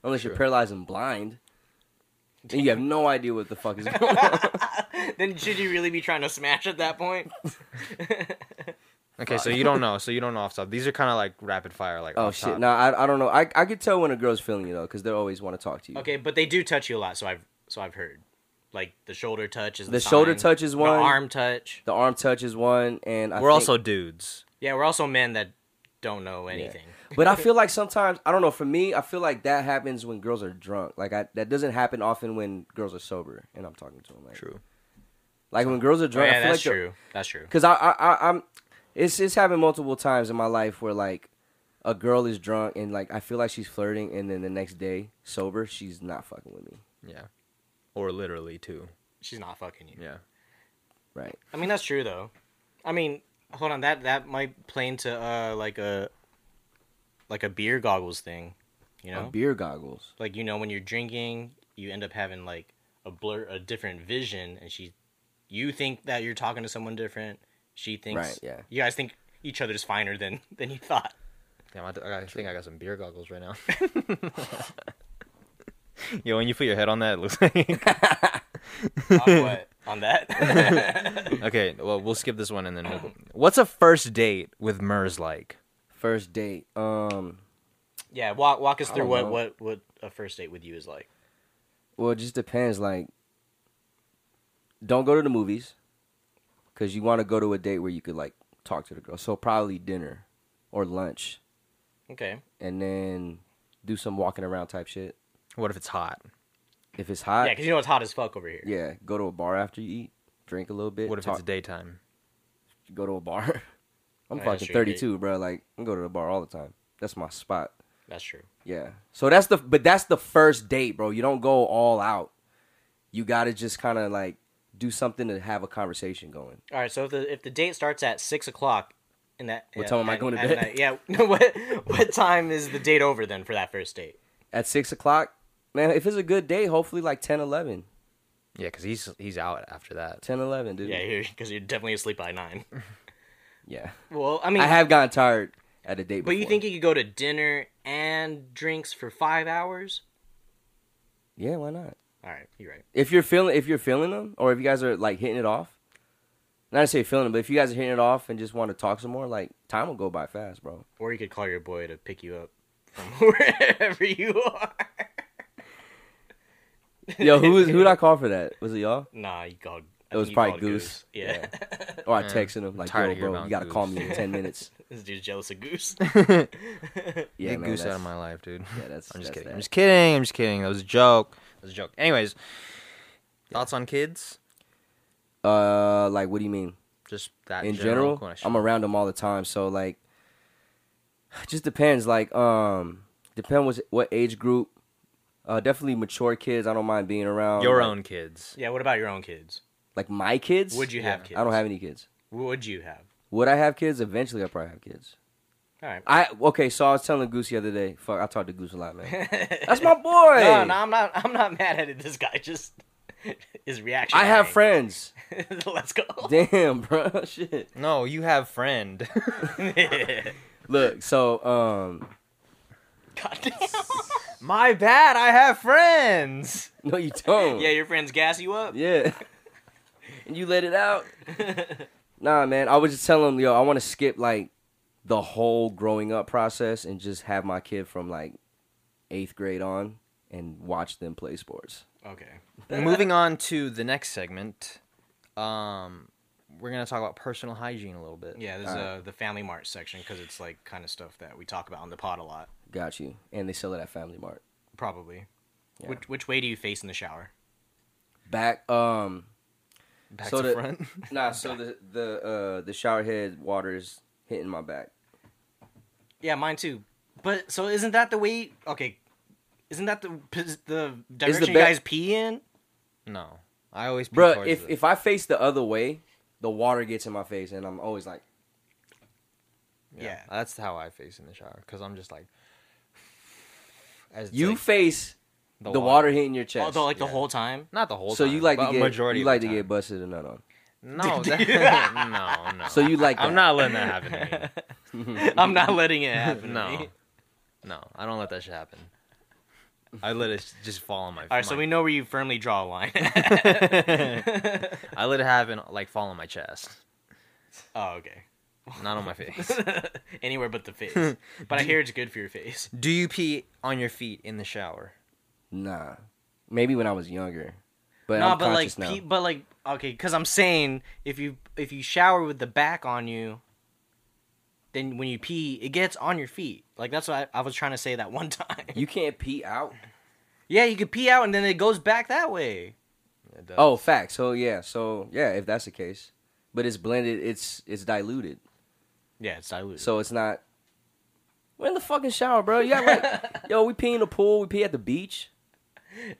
[SPEAKER 3] unless you're
[SPEAKER 1] Sure.
[SPEAKER 3] paralyzed and blind, and you have no idea what the fuck is going on.
[SPEAKER 2] chin, Then should you really be trying to smash at that point?
[SPEAKER 1] Okay, so you don't know. So you don't know off top. These are kind of like rapid fire. Like
[SPEAKER 3] Oh
[SPEAKER 1] off
[SPEAKER 3] shit!
[SPEAKER 1] top.
[SPEAKER 3] No, I, I don't know. I, I could tell when a girl's feeling you though, because they always want to talk to you.
[SPEAKER 2] okay, but they do touch you a lot, so I've so I've heard. Like the shoulder touch is the,
[SPEAKER 3] The shoulder
[SPEAKER 2] sign.
[SPEAKER 3] touch is
[SPEAKER 2] The
[SPEAKER 3] one.
[SPEAKER 2] arm touch.
[SPEAKER 3] The arm touch is one, and I
[SPEAKER 1] We're
[SPEAKER 3] think-
[SPEAKER 1] also dudes.
[SPEAKER 2] Yeah, we're also men that don't know anything.
[SPEAKER 3] But I feel like sometimes I don't know. For me, I feel like that happens when girls are drunk. Like I, that doesn't happen often when girls are sober and I'm talking to them. Like,
[SPEAKER 1] True.
[SPEAKER 3] Like when girls are
[SPEAKER 2] Oh,
[SPEAKER 3] drunk,
[SPEAKER 2] yeah,
[SPEAKER 3] I feel
[SPEAKER 2] that's
[SPEAKER 3] like
[SPEAKER 2] true. That's true.
[SPEAKER 3] Because I, I, I, I'm, it's it's happened multiple times in my life where like a girl is drunk and like I feel like she's flirting, and then the next day sober, she's not fucking with me.
[SPEAKER 1] Yeah. Or literally too.
[SPEAKER 2] She's not fucking you.
[SPEAKER 1] Yeah.
[SPEAKER 3] Right.
[SPEAKER 2] I mean, that's true though. I mean, hold on, that that might play into uh like a like a beer goggles thing, you know?
[SPEAKER 3] Like, beer goggles.
[SPEAKER 2] like you know when you're drinking, you end up having like a blur a different vision and she you think that you're talking to someone different, she thinks
[SPEAKER 3] Right, yeah.
[SPEAKER 2] You guys think each other's finer than than you thought.
[SPEAKER 1] Damn, I, th- I think I got some beer goggles right now. Yo, when you put your head on that, it looks like.
[SPEAKER 2] on what? On that?
[SPEAKER 1] okay, well, we'll skip this one and then. We'll go. What's a first date with Murs like?
[SPEAKER 3] First date. Um.
[SPEAKER 2] yeah, walk walk us
[SPEAKER 3] I
[SPEAKER 2] through
[SPEAKER 3] don't
[SPEAKER 2] what
[SPEAKER 3] know.
[SPEAKER 2] what what a first date with you is like.
[SPEAKER 3] Well, it just depends. Like, don't go to the movies because you want to go to a date where you could like talk to the girl. So probably dinner or lunch,
[SPEAKER 2] Okay.
[SPEAKER 3] and then do some walking around type shit.
[SPEAKER 1] What if it's hot?
[SPEAKER 3] If it's
[SPEAKER 2] Yeah,
[SPEAKER 3] hot,
[SPEAKER 2] 'cause you know it's hot as fuck over here.
[SPEAKER 3] yeah, go to a bar after you eat, drink a little bit.
[SPEAKER 1] What if
[SPEAKER 3] talk-
[SPEAKER 1] it's daytime?
[SPEAKER 3] go to a bar? I'm
[SPEAKER 2] Yeah, that's
[SPEAKER 3] fucking
[SPEAKER 2] true,
[SPEAKER 3] 32, bro. Like, I am go to the bar all the time. That's my spot.
[SPEAKER 2] That's true.
[SPEAKER 3] Yeah. So that's the but that's the first date, bro. You don't go all out. You got to just kind of like do something to have a conversation going.
[SPEAKER 2] All right, so if the if the date starts at six o'clock, and that
[SPEAKER 3] What
[SPEAKER 2] at-
[SPEAKER 3] time am I
[SPEAKER 2] at-
[SPEAKER 3] going to
[SPEAKER 2] at
[SPEAKER 3] bed?
[SPEAKER 2] night- yeah, no, what what time is the date over then for that first date?
[SPEAKER 3] at six o'clock man if it's a good day hopefully like 10 11
[SPEAKER 1] Yeah, because he's he's out after that.
[SPEAKER 3] 10 11 dude
[SPEAKER 2] Yeah, you're because you're definitely asleep by nine.
[SPEAKER 3] Yeah.
[SPEAKER 2] Well, I
[SPEAKER 3] i
[SPEAKER 2] mean,
[SPEAKER 3] have gotten tired at a date
[SPEAKER 2] but you
[SPEAKER 3] before.
[SPEAKER 2] think you could go to dinner and drinks for five hours?
[SPEAKER 3] yeah why not
[SPEAKER 2] All right, you're right.
[SPEAKER 3] if you're feeling if you're feeling them or if you guys are like hitting it off not to say feeling them, but if you guys are hitting it off and just want to talk some more like time will go by fast bro
[SPEAKER 2] Or you could call your boy to pick you up from wherever you are.
[SPEAKER 3] yo who is who'd i call for that was it y'all
[SPEAKER 2] Nah, you called. I
[SPEAKER 3] It was
[SPEAKER 2] think you
[SPEAKER 3] probably
[SPEAKER 2] called
[SPEAKER 3] Goose.
[SPEAKER 2] Yeah,
[SPEAKER 3] or Oh, i
[SPEAKER 1] Yeah.
[SPEAKER 3] texted him like
[SPEAKER 1] Tired
[SPEAKER 3] yo
[SPEAKER 1] of hearing
[SPEAKER 3] bro
[SPEAKER 1] about
[SPEAKER 3] you gotta call
[SPEAKER 1] Goose.
[SPEAKER 3] me in 10 minutes
[SPEAKER 2] this dude's jealous of Goose.
[SPEAKER 3] yeah
[SPEAKER 1] Get
[SPEAKER 3] man,
[SPEAKER 1] Goose out
[SPEAKER 3] that's-
[SPEAKER 1] of my life, dude.
[SPEAKER 3] yeah that's
[SPEAKER 1] I'm just
[SPEAKER 3] that's
[SPEAKER 1] kidding.
[SPEAKER 3] that.
[SPEAKER 1] I'm just kidding. I'm just kidding. That was a joke. That was a joke. Anyways, thoughts on kids?
[SPEAKER 3] uh like what do you mean
[SPEAKER 1] Just that
[SPEAKER 3] in general,
[SPEAKER 1] question.
[SPEAKER 3] I'm around them all the time. So like, it just depends. Like, um, depend what what age group. Uh, definitely mature kids. I don't mind being around
[SPEAKER 1] Your
[SPEAKER 3] like-
[SPEAKER 1] own kids.
[SPEAKER 2] yeah, what about your own kids?
[SPEAKER 3] like my kids.
[SPEAKER 2] Would you have
[SPEAKER 1] Yeah.
[SPEAKER 2] kids?
[SPEAKER 3] I don't have any kids.
[SPEAKER 2] Would you have?
[SPEAKER 3] Would I have kids? Eventually, I probably have kids.
[SPEAKER 2] All right.
[SPEAKER 3] I okay. So I was telling Goose the other day. Fuck, I talked to Goose a lot, man. Oh. That's my boy.
[SPEAKER 2] No, no, I'm not. I'm not mad at it. This guy just his reaction.
[SPEAKER 3] I have
[SPEAKER 2] right?
[SPEAKER 3] friends.
[SPEAKER 2] Let's go.
[SPEAKER 3] Damn, bro. Shit.
[SPEAKER 1] No, you have friend.
[SPEAKER 3] Look, so um,
[SPEAKER 2] God damn.
[SPEAKER 1] My bad. I have friends.
[SPEAKER 3] no, you don't.
[SPEAKER 2] Yeah, your friends gas you up.
[SPEAKER 3] Yeah. and you let it out. nah, man. I was just telling him, yo, I want to skip like the whole growing up process and just have my kid from like eighth grade on and watch them play sports.
[SPEAKER 2] Okay.
[SPEAKER 1] Moving on to the next segment, um, we're gonna talk about personal hygiene a little bit.
[SPEAKER 2] Yeah, there's
[SPEAKER 3] Alright.
[SPEAKER 2] uh, the Family Mart section because it's like kind of stuff that we talk about on the pod a lot.
[SPEAKER 3] Got you. And they sell it at Family Mart.
[SPEAKER 2] Probably.
[SPEAKER 3] Yeah.
[SPEAKER 2] Which which way do you face in the shower?
[SPEAKER 3] Back um
[SPEAKER 1] Back
[SPEAKER 3] So
[SPEAKER 1] to
[SPEAKER 3] the-
[SPEAKER 1] front.
[SPEAKER 3] nah so the the uh the shower head water is hitting my back.
[SPEAKER 2] Yeah, mine too. But so isn't that the way? Okay, isn't that the pos- the direction
[SPEAKER 3] be-
[SPEAKER 2] you guys pee in?
[SPEAKER 1] no, I always pee
[SPEAKER 3] Bruh,
[SPEAKER 1] towards
[SPEAKER 3] if
[SPEAKER 1] the-
[SPEAKER 3] if I face the other way, the water gets in my face and I'm always like
[SPEAKER 1] yeah,
[SPEAKER 2] yeah.
[SPEAKER 1] that's how I face in the shower because I'm just like as it's
[SPEAKER 3] you
[SPEAKER 1] like
[SPEAKER 3] face the, water. hitting your chest.
[SPEAKER 2] Although like the
[SPEAKER 1] yeah.
[SPEAKER 2] whole time.
[SPEAKER 1] not the whole
[SPEAKER 3] so
[SPEAKER 1] time,
[SPEAKER 3] you like
[SPEAKER 1] but
[SPEAKER 3] to get
[SPEAKER 1] a majority
[SPEAKER 3] you
[SPEAKER 1] of
[SPEAKER 3] like
[SPEAKER 1] the
[SPEAKER 3] to get
[SPEAKER 1] time.
[SPEAKER 3] busted a nut on.
[SPEAKER 1] no that, no no
[SPEAKER 3] So you like
[SPEAKER 1] I'm
[SPEAKER 3] that.
[SPEAKER 1] not letting that happen to me.
[SPEAKER 2] I'm not letting it happen. to me.
[SPEAKER 1] No. No, I don't let that shit happen. I let it just fall on my.
[SPEAKER 2] All right, so we know where you firmly draw a line.
[SPEAKER 1] I let it happen, like fall on my chest,
[SPEAKER 2] oh, okay.
[SPEAKER 1] not on my face.
[SPEAKER 2] Anywhere but the face. But I hear it's good for your face.
[SPEAKER 1] Do you pee on your feet in the shower?
[SPEAKER 3] Nah. Maybe when I was younger. But
[SPEAKER 2] no,
[SPEAKER 3] I'm
[SPEAKER 2] but like,
[SPEAKER 3] conscious now.
[SPEAKER 2] pe- but like, okay, because I'm saying if you if you shower with the back on you, then when you pee, it gets on your feet. Like that's what I, I was trying to say that one time.
[SPEAKER 3] you can't pee out.
[SPEAKER 2] yeah, you could pee out and then it goes back that way.
[SPEAKER 1] It does.
[SPEAKER 3] Oh, fact. So yeah, so yeah, if that's the case, but it's blended, it's it's diluted,
[SPEAKER 2] Yeah, it's diluted.
[SPEAKER 3] so it's not. We're in the fucking shower, bro. You got like, yo, we pee in the pool, we pee at the beach.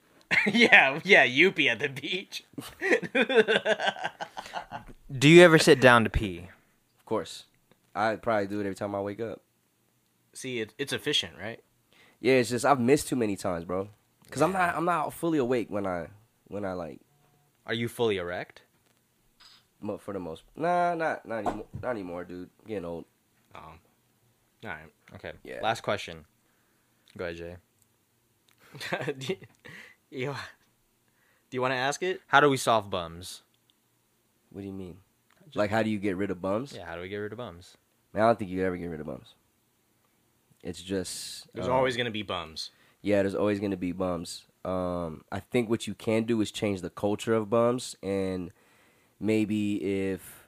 [SPEAKER 2] yeah, yeah, you pee at the beach.
[SPEAKER 1] do you ever sit down to pee?
[SPEAKER 3] Of course, I probably do it every time I wake up.
[SPEAKER 2] See, it, it's efficient, right?
[SPEAKER 3] Yeah, it's just I've missed too many times, bro. Cause I'm not I'm not fully awake when I when I like
[SPEAKER 1] Are you fully erect?
[SPEAKER 3] mo- for the most. Nah, not not anymore, not anymore, dude. Getting old.
[SPEAKER 2] Um, all right.
[SPEAKER 1] Okay.
[SPEAKER 3] Yeah.
[SPEAKER 1] Last question. Go ahead, Jay.
[SPEAKER 2] do you, you- do you want to ask it?
[SPEAKER 1] How do we solve bums?
[SPEAKER 3] What do you mean? Like, how do you get rid of bums?
[SPEAKER 1] Yeah. How do we get rid of bums?
[SPEAKER 3] Man, I don't think you could ever get rid of bums. It's just
[SPEAKER 2] There's
[SPEAKER 3] uh,
[SPEAKER 2] always gonna be bums.
[SPEAKER 3] yeah, there's always going to be bums. Um, I think what you can do is change the culture of bums, and maybe if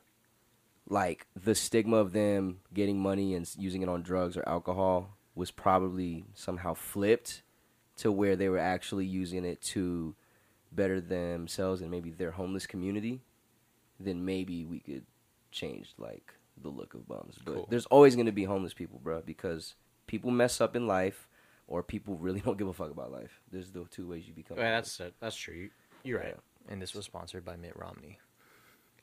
[SPEAKER 3] like the stigma of them getting money and s- using it on drugs or alcohol was probably somehow flipped to where they were actually using it to better themselves and maybe their homeless community, then maybe we could change like the look of bums. But
[SPEAKER 1] Cool.
[SPEAKER 3] there's always going to be homeless people, bro, because people mess up in life or people really don't give a fuck about life. There's the two ways you become.
[SPEAKER 2] Well, that's that's true. You're right.
[SPEAKER 3] Yeah.
[SPEAKER 1] And this was sponsored by Mitt Romney.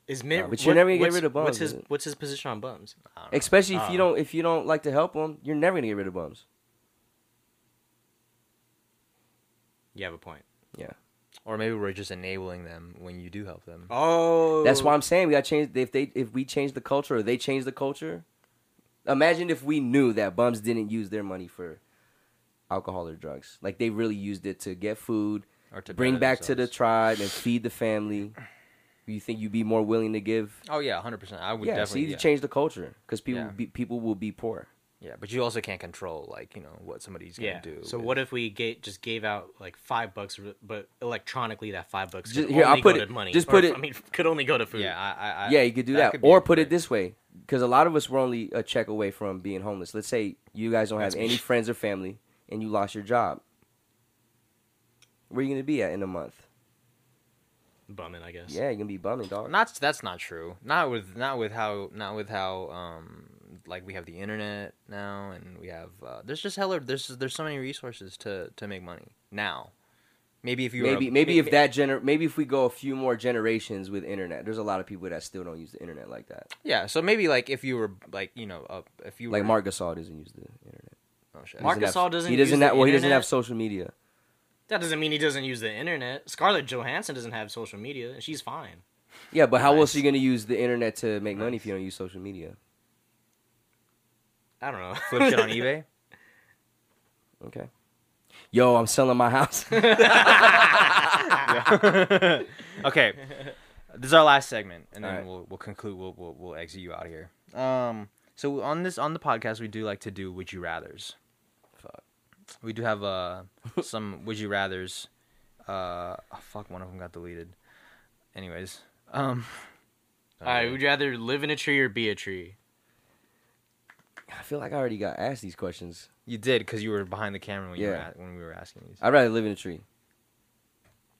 [SPEAKER 2] Is Mitt?
[SPEAKER 3] Nah, but you're never gonna get
[SPEAKER 2] what's-
[SPEAKER 3] rid of bums,
[SPEAKER 2] What's his
[SPEAKER 3] is it?
[SPEAKER 2] What's his position on bums?
[SPEAKER 1] I don't know.
[SPEAKER 3] especially if
[SPEAKER 2] Uh-uh.
[SPEAKER 3] you
[SPEAKER 1] uh.
[SPEAKER 3] don't if you don't like to help them, you're never gonna get rid of bums.
[SPEAKER 2] You have a point.
[SPEAKER 1] Or maybe we're just enabling them when you do help them.
[SPEAKER 2] Oh,
[SPEAKER 3] That's why I'm saying we gotta change. If they if we change the culture or they change the culture, imagine if we knew that bums didn't use their money for alcohol or drugs. Like they really used it to get food,
[SPEAKER 1] Or to
[SPEAKER 3] bring
[SPEAKER 1] better
[SPEAKER 3] back to the
[SPEAKER 1] themselves.
[SPEAKER 3] tribe, and feed the family. You think you'd be more willing to give?
[SPEAKER 1] Oh yeah, hundred percent. I would
[SPEAKER 3] yeah, so
[SPEAKER 1] definitely.
[SPEAKER 3] you need
[SPEAKER 1] yeah.
[SPEAKER 3] to change the culture because people
[SPEAKER 1] Yeah.
[SPEAKER 3] be, people will be poor.
[SPEAKER 1] Yeah, but you also can't control like you know what somebody's gonna
[SPEAKER 2] yeah.
[SPEAKER 1] do.
[SPEAKER 2] so
[SPEAKER 1] with-
[SPEAKER 2] what if we ga- just gave out like five bucks, but electronically that five bucks
[SPEAKER 3] Just-
[SPEAKER 2] could
[SPEAKER 3] here, I'll
[SPEAKER 2] only
[SPEAKER 3] put
[SPEAKER 2] go
[SPEAKER 3] it-
[SPEAKER 2] to money.
[SPEAKER 3] just
[SPEAKER 2] or,
[SPEAKER 3] put it-
[SPEAKER 2] I mean, could only go to food.
[SPEAKER 1] Yeah, I, I, I,
[SPEAKER 3] yeah, you could do that,
[SPEAKER 1] could be
[SPEAKER 3] or
[SPEAKER 1] a
[SPEAKER 3] put it
[SPEAKER 1] great-
[SPEAKER 3] this way, because a lot of us were only a check away from being homeless. Let's say you guys don't have
[SPEAKER 2] That's me.
[SPEAKER 3] any friends or family, and you lost your job. Where you gonna be at in a month?
[SPEAKER 2] bumming, I guess.
[SPEAKER 3] Yeah, you're gonna be bumming, dog.
[SPEAKER 1] Not that's not true. Not with not with how not with how um like we have the internet now and we have uh, there's just hella there's there's so many resources to to make money now. Maybe if you were a-
[SPEAKER 3] maybe, maybe
[SPEAKER 1] may-
[SPEAKER 3] if that gener, maybe if we go a few more generations with internet, there's a lot of people that still don't use the internet like that.
[SPEAKER 1] yeah. So maybe like if you were like you know uh, if you
[SPEAKER 3] Like
[SPEAKER 1] were,
[SPEAKER 3] Mark Gasol doesn't use the internet.
[SPEAKER 1] oh, shit.
[SPEAKER 3] He
[SPEAKER 2] Mark
[SPEAKER 3] have-
[SPEAKER 2] Gasol doesn't
[SPEAKER 3] He doesn't
[SPEAKER 2] use
[SPEAKER 3] have.
[SPEAKER 2] the
[SPEAKER 3] well, he doesn't
[SPEAKER 2] internet?
[SPEAKER 3] have social media.
[SPEAKER 2] That doesn't mean he doesn't use the internet. Scarlett Johansson doesn't have social media, and she's fine.
[SPEAKER 3] Yeah, but how
[SPEAKER 1] Nice.
[SPEAKER 3] else are you gonna use the internet to make money if you don't use social media?
[SPEAKER 2] I don't know.
[SPEAKER 1] flip shit on eBay.
[SPEAKER 3] Okay. Yo, I'm selling my house.
[SPEAKER 1] okay, this is our last segment, and then
[SPEAKER 3] Alright.
[SPEAKER 1] we'll we'll conclude. We'll we'll, we'll exit you out of here. Um, So on this on the podcast, we do like to do would you rather's.
[SPEAKER 3] Fuck.
[SPEAKER 1] We do have uh some would you rather's. Uh, oh, fuck, one of them got deleted. Anyways, um,
[SPEAKER 2] All
[SPEAKER 1] Uh,
[SPEAKER 2] right, would you rather live in a tree or be a tree?
[SPEAKER 3] I feel like I already got asked these questions.
[SPEAKER 1] you did because you were behind the camera when you
[SPEAKER 3] Yeah.
[SPEAKER 1] were a- when we were asking these.
[SPEAKER 3] I'd rather live in a tree.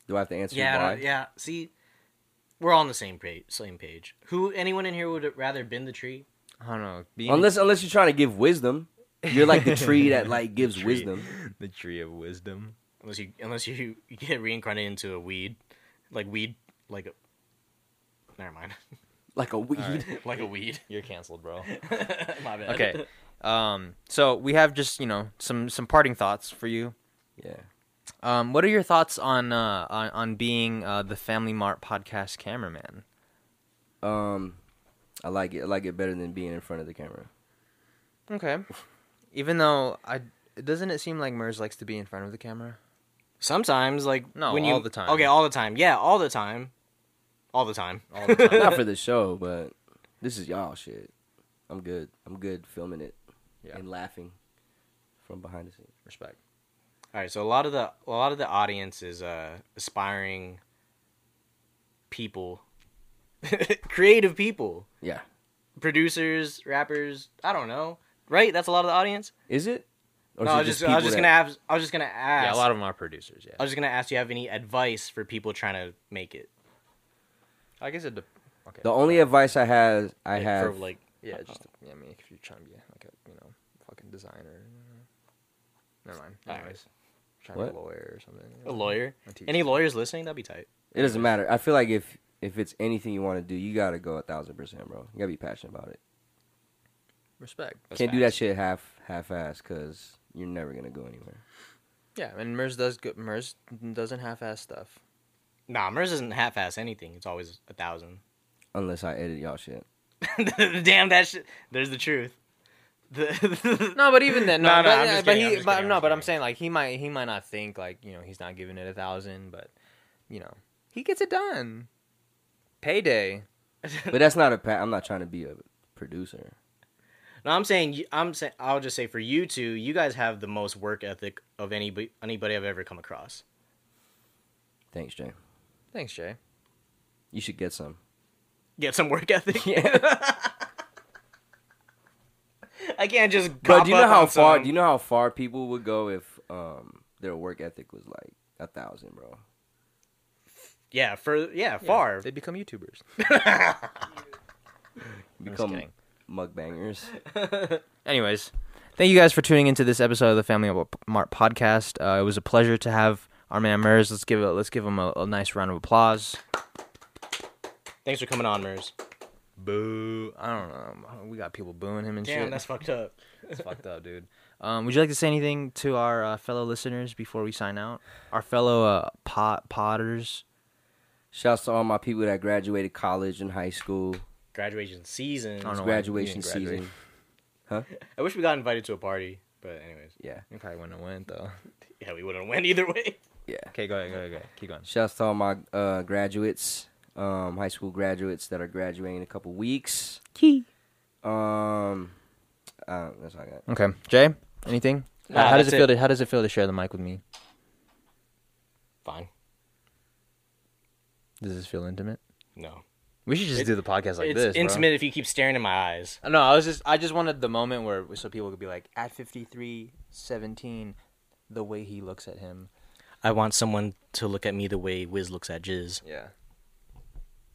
[SPEAKER 3] Do I have to answer
[SPEAKER 2] Yeah,
[SPEAKER 3] why?
[SPEAKER 2] no, yeah. See, we're all on the same page. Same page. Who? Anyone in here would have rather been the tree?
[SPEAKER 1] I don't know. Being
[SPEAKER 3] Unless unless you're trying to give wisdom, you're like the tree that like gives
[SPEAKER 1] Tree.
[SPEAKER 3] wisdom.
[SPEAKER 1] the tree of wisdom.
[SPEAKER 2] Unless you, unless you, you get reincarnated into a weed, like weed, like a. Never mind.
[SPEAKER 3] Like a weed.
[SPEAKER 1] right.
[SPEAKER 2] like a weed.
[SPEAKER 1] You're canceled, bro.
[SPEAKER 2] My bad.
[SPEAKER 1] Okay. Um, so we have just you know some some parting thoughts for you.
[SPEAKER 3] Yeah.
[SPEAKER 1] Um, what are your thoughts on uh, on, on being uh, the Family Mart podcast cameraman?
[SPEAKER 3] Um, I like it. I like it better than being in front of the camera.
[SPEAKER 1] Okay. Even though I doesn't it seem like Mers likes to be in front of the camera?
[SPEAKER 2] Sometimes, like
[SPEAKER 1] No,
[SPEAKER 2] when you,
[SPEAKER 1] all the time.
[SPEAKER 2] Okay, all the time. Yeah, all the time. All the time.
[SPEAKER 1] All the time.
[SPEAKER 3] Not for the show, but this is y'all shit. I'm good. I'm good filming it
[SPEAKER 1] Yeah.
[SPEAKER 3] and laughing from behind the scenes.
[SPEAKER 1] Respect.
[SPEAKER 2] All right, so a lot of the a lot of the audience is uh, aspiring people, creative people,
[SPEAKER 3] Yeah.
[SPEAKER 2] producers, rappers. I don't know, right? That's a lot of the audience.
[SPEAKER 3] Is it? Or
[SPEAKER 2] No,
[SPEAKER 3] is
[SPEAKER 2] I
[SPEAKER 3] it
[SPEAKER 2] was just, I was
[SPEAKER 3] people
[SPEAKER 2] just
[SPEAKER 3] that-
[SPEAKER 2] gonna ask. I was just gonna ask.
[SPEAKER 1] Yeah, a lot of them are producers.
[SPEAKER 2] I
[SPEAKER 1] Yeah.
[SPEAKER 2] was just gonna ask. Do you have any advice for people trying to make it?
[SPEAKER 1] I guess it. De- okay.
[SPEAKER 3] The only advice I have, I
[SPEAKER 2] Like,
[SPEAKER 3] have.
[SPEAKER 2] for like
[SPEAKER 1] yeah, just yeah. I mean, if you're trying to be like a you know fucking designer. Never mind.
[SPEAKER 2] All right.
[SPEAKER 1] Anyways, trying
[SPEAKER 3] What?
[SPEAKER 1] to be a lawyer or something.
[SPEAKER 2] a lawyer.
[SPEAKER 1] A teacher.
[SPEAKER 2] Any lawyers listening? That'd be tight.
[SPEAKER 3] It doesn't matter. I feel like if if it's anything you want to do, you gotta go a thousand percent, bro. You gotta be passionate about it.
[SPEAKER 1] Respect.
[SPEAKER 2] That's
[SPEAKER 3] Can't do that
[SPEAKER 2] facts.
[SPEAKER 3] shit half half ass because you're never gonna go anywhere.
[SPEAKER 1] Yeah, and Mers does good. Mers doesn't half-ass stuff.
[SPEAKER 2] Nah, Mers isn't half-ass anything. It's always a thousand.
[SPEAKER 3] Unless I edit y'all shit.
[SPEAKER 2] Damn that shit. There's the truth. The
[SPEAKER 1] No, but even then, no,
[SPEAKER 2] No, no,
[SPEAKER 1] but,
[SPEAKER 2] I'm just
[SPEAKER 1] but
[SPEAKER 2] kidding, I'm
[SPEAKER 1] he,
[SPEAKER 2] just
[SPEAKER 1] but
[SPEAKER 2] kidding, I'm
[SPEAKER 1] no,
[SPEAKER 2] just
[SPEAKER 1] but I'm
[SPEAKER 2] kidding.
[SPEAKER 1] saying like he might, he might not think like you know he's not giving it a thousand, but you know he gets it done. Payday.
[SPEAKER 3] But that's not a. Pa- I'm not trying to be a producer.
[SPEAKER 2] No, I'm saying you- I'm saying I'll just say for you two, you guys have the most work ethic of anybody anybody I've ever come across.
[SPEAKER 3] Thanks, Jay.
[SPEAKER 1] Thanks, Jay.
[SPEAKER 3] You should get some.
[SPEAKER 2] Get some work ethic.
[SPEAKER 3] Yeah.
[SPEAKER 2] I can't just.
[SPEAKER 3] But
[SPEAKER 2] cop
[SPEAKER 3] do you know
[SPEAKER 2] up
[SPEAKER 3] how
[SPEAKER 2] on
[SPEAKER 3] far?
[SPEAKER 2] some-
[SPEAKER 3] Do you know how far people would go if um their work ethic was like a thousand, bro?
[SPEAKER 2] Yeah, for yeah, far.
[SPEAKER 1] They become YouTubers.
[SPEAKER 3] Become
[SPEAKER 1] kidding.
[SPEAKER 3] mukbangers.
[SPEAKER 1] Anyways, thank you guys for tuning into this episode of the Family Mart podcast. Uh, it was a pleasure to have our man Mers. Let's give it. Let's give him a, a nice round of applause.
[SPEAKER 2] Thanks for coming on, Mers.
[SPEAKER 1] Boo! I don't know. We got people booing him and
[SPEAKER 2] Damn,
[SPEAKER 1] shit.
[SPEAKER 2] that's fucked up.
[SPEAKER 1] It's fucked up, dude. Um, would you like to say anything to our uh, fellow listeners before we sign out? Our fellow uh, pot potters.
[SPEAKER 3] Shouts to all my people that graduated college and high school.
[SPEAKER 2] Graduation season.
[SPEAKER 1] I don't know why you
[SPEAKER 3] graduation
[SPEAKER 1] didn't graduate.
[SPEAKER 3] season.
[SPEAKER 2] I wish we got invited to a party, but anyways,
[SPEAKER 3] Yeah,
[SPEAKER 1] You probably wouldn't have went though.
[SPEAKER 2] yeah, we wouldn't win either way.
[SPEAKER 3] yeah.
[SPEAKER 1] Okay, go ahead, go ahead, go ahead. Keep going.
[SPEAKER 3] Shouts to all my uh, graduates, um, high school graduates that are graduating in a couple weeks. Um, uh, that's all I got.
[SPEAKER 1] Okay, Jay, anything?
[SPEAKER 2] Nah,
[SPEAKER 1] how does
[SPEAKER 2] that's
[SPEAKER 1] it feel?
[SPEAKER 2] it.
[SPEAKER 1] To, how does it feel to share the mic with me?
[SPEAKER 2] Fine.
[SPEAKER 1] Does this feel intimate?
[SPEAKER 2] No.
[SPEAKER 1] We should just
[SPEAKER 2] It-
[SPEAKER 1] do the podcast like
[SPEAKER 2] it's
[SPEAKER 1] this. bro.
[SPEAKER 2] intimate if you keep staring in my eyes.
[SPEAKER 1] No, I was just I just wanted the moment where so people could be like at 53, 17, the way he looks at him.
[SPEAKER 2] I want someone to look at me the way Wiz looks at Jizz.
[SPEAKER 1] Yeah.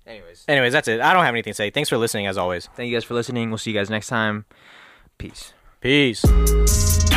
[SPEAKER 1] Anyways,
[SPEAKER 2] Anyways, that's it. I don't have anything to say. Thanks for listening, as always.
[SPEAKER 1] thank you guys for listening. We'll see you guys next time. Peace.
[SPEAKER 2] Peace.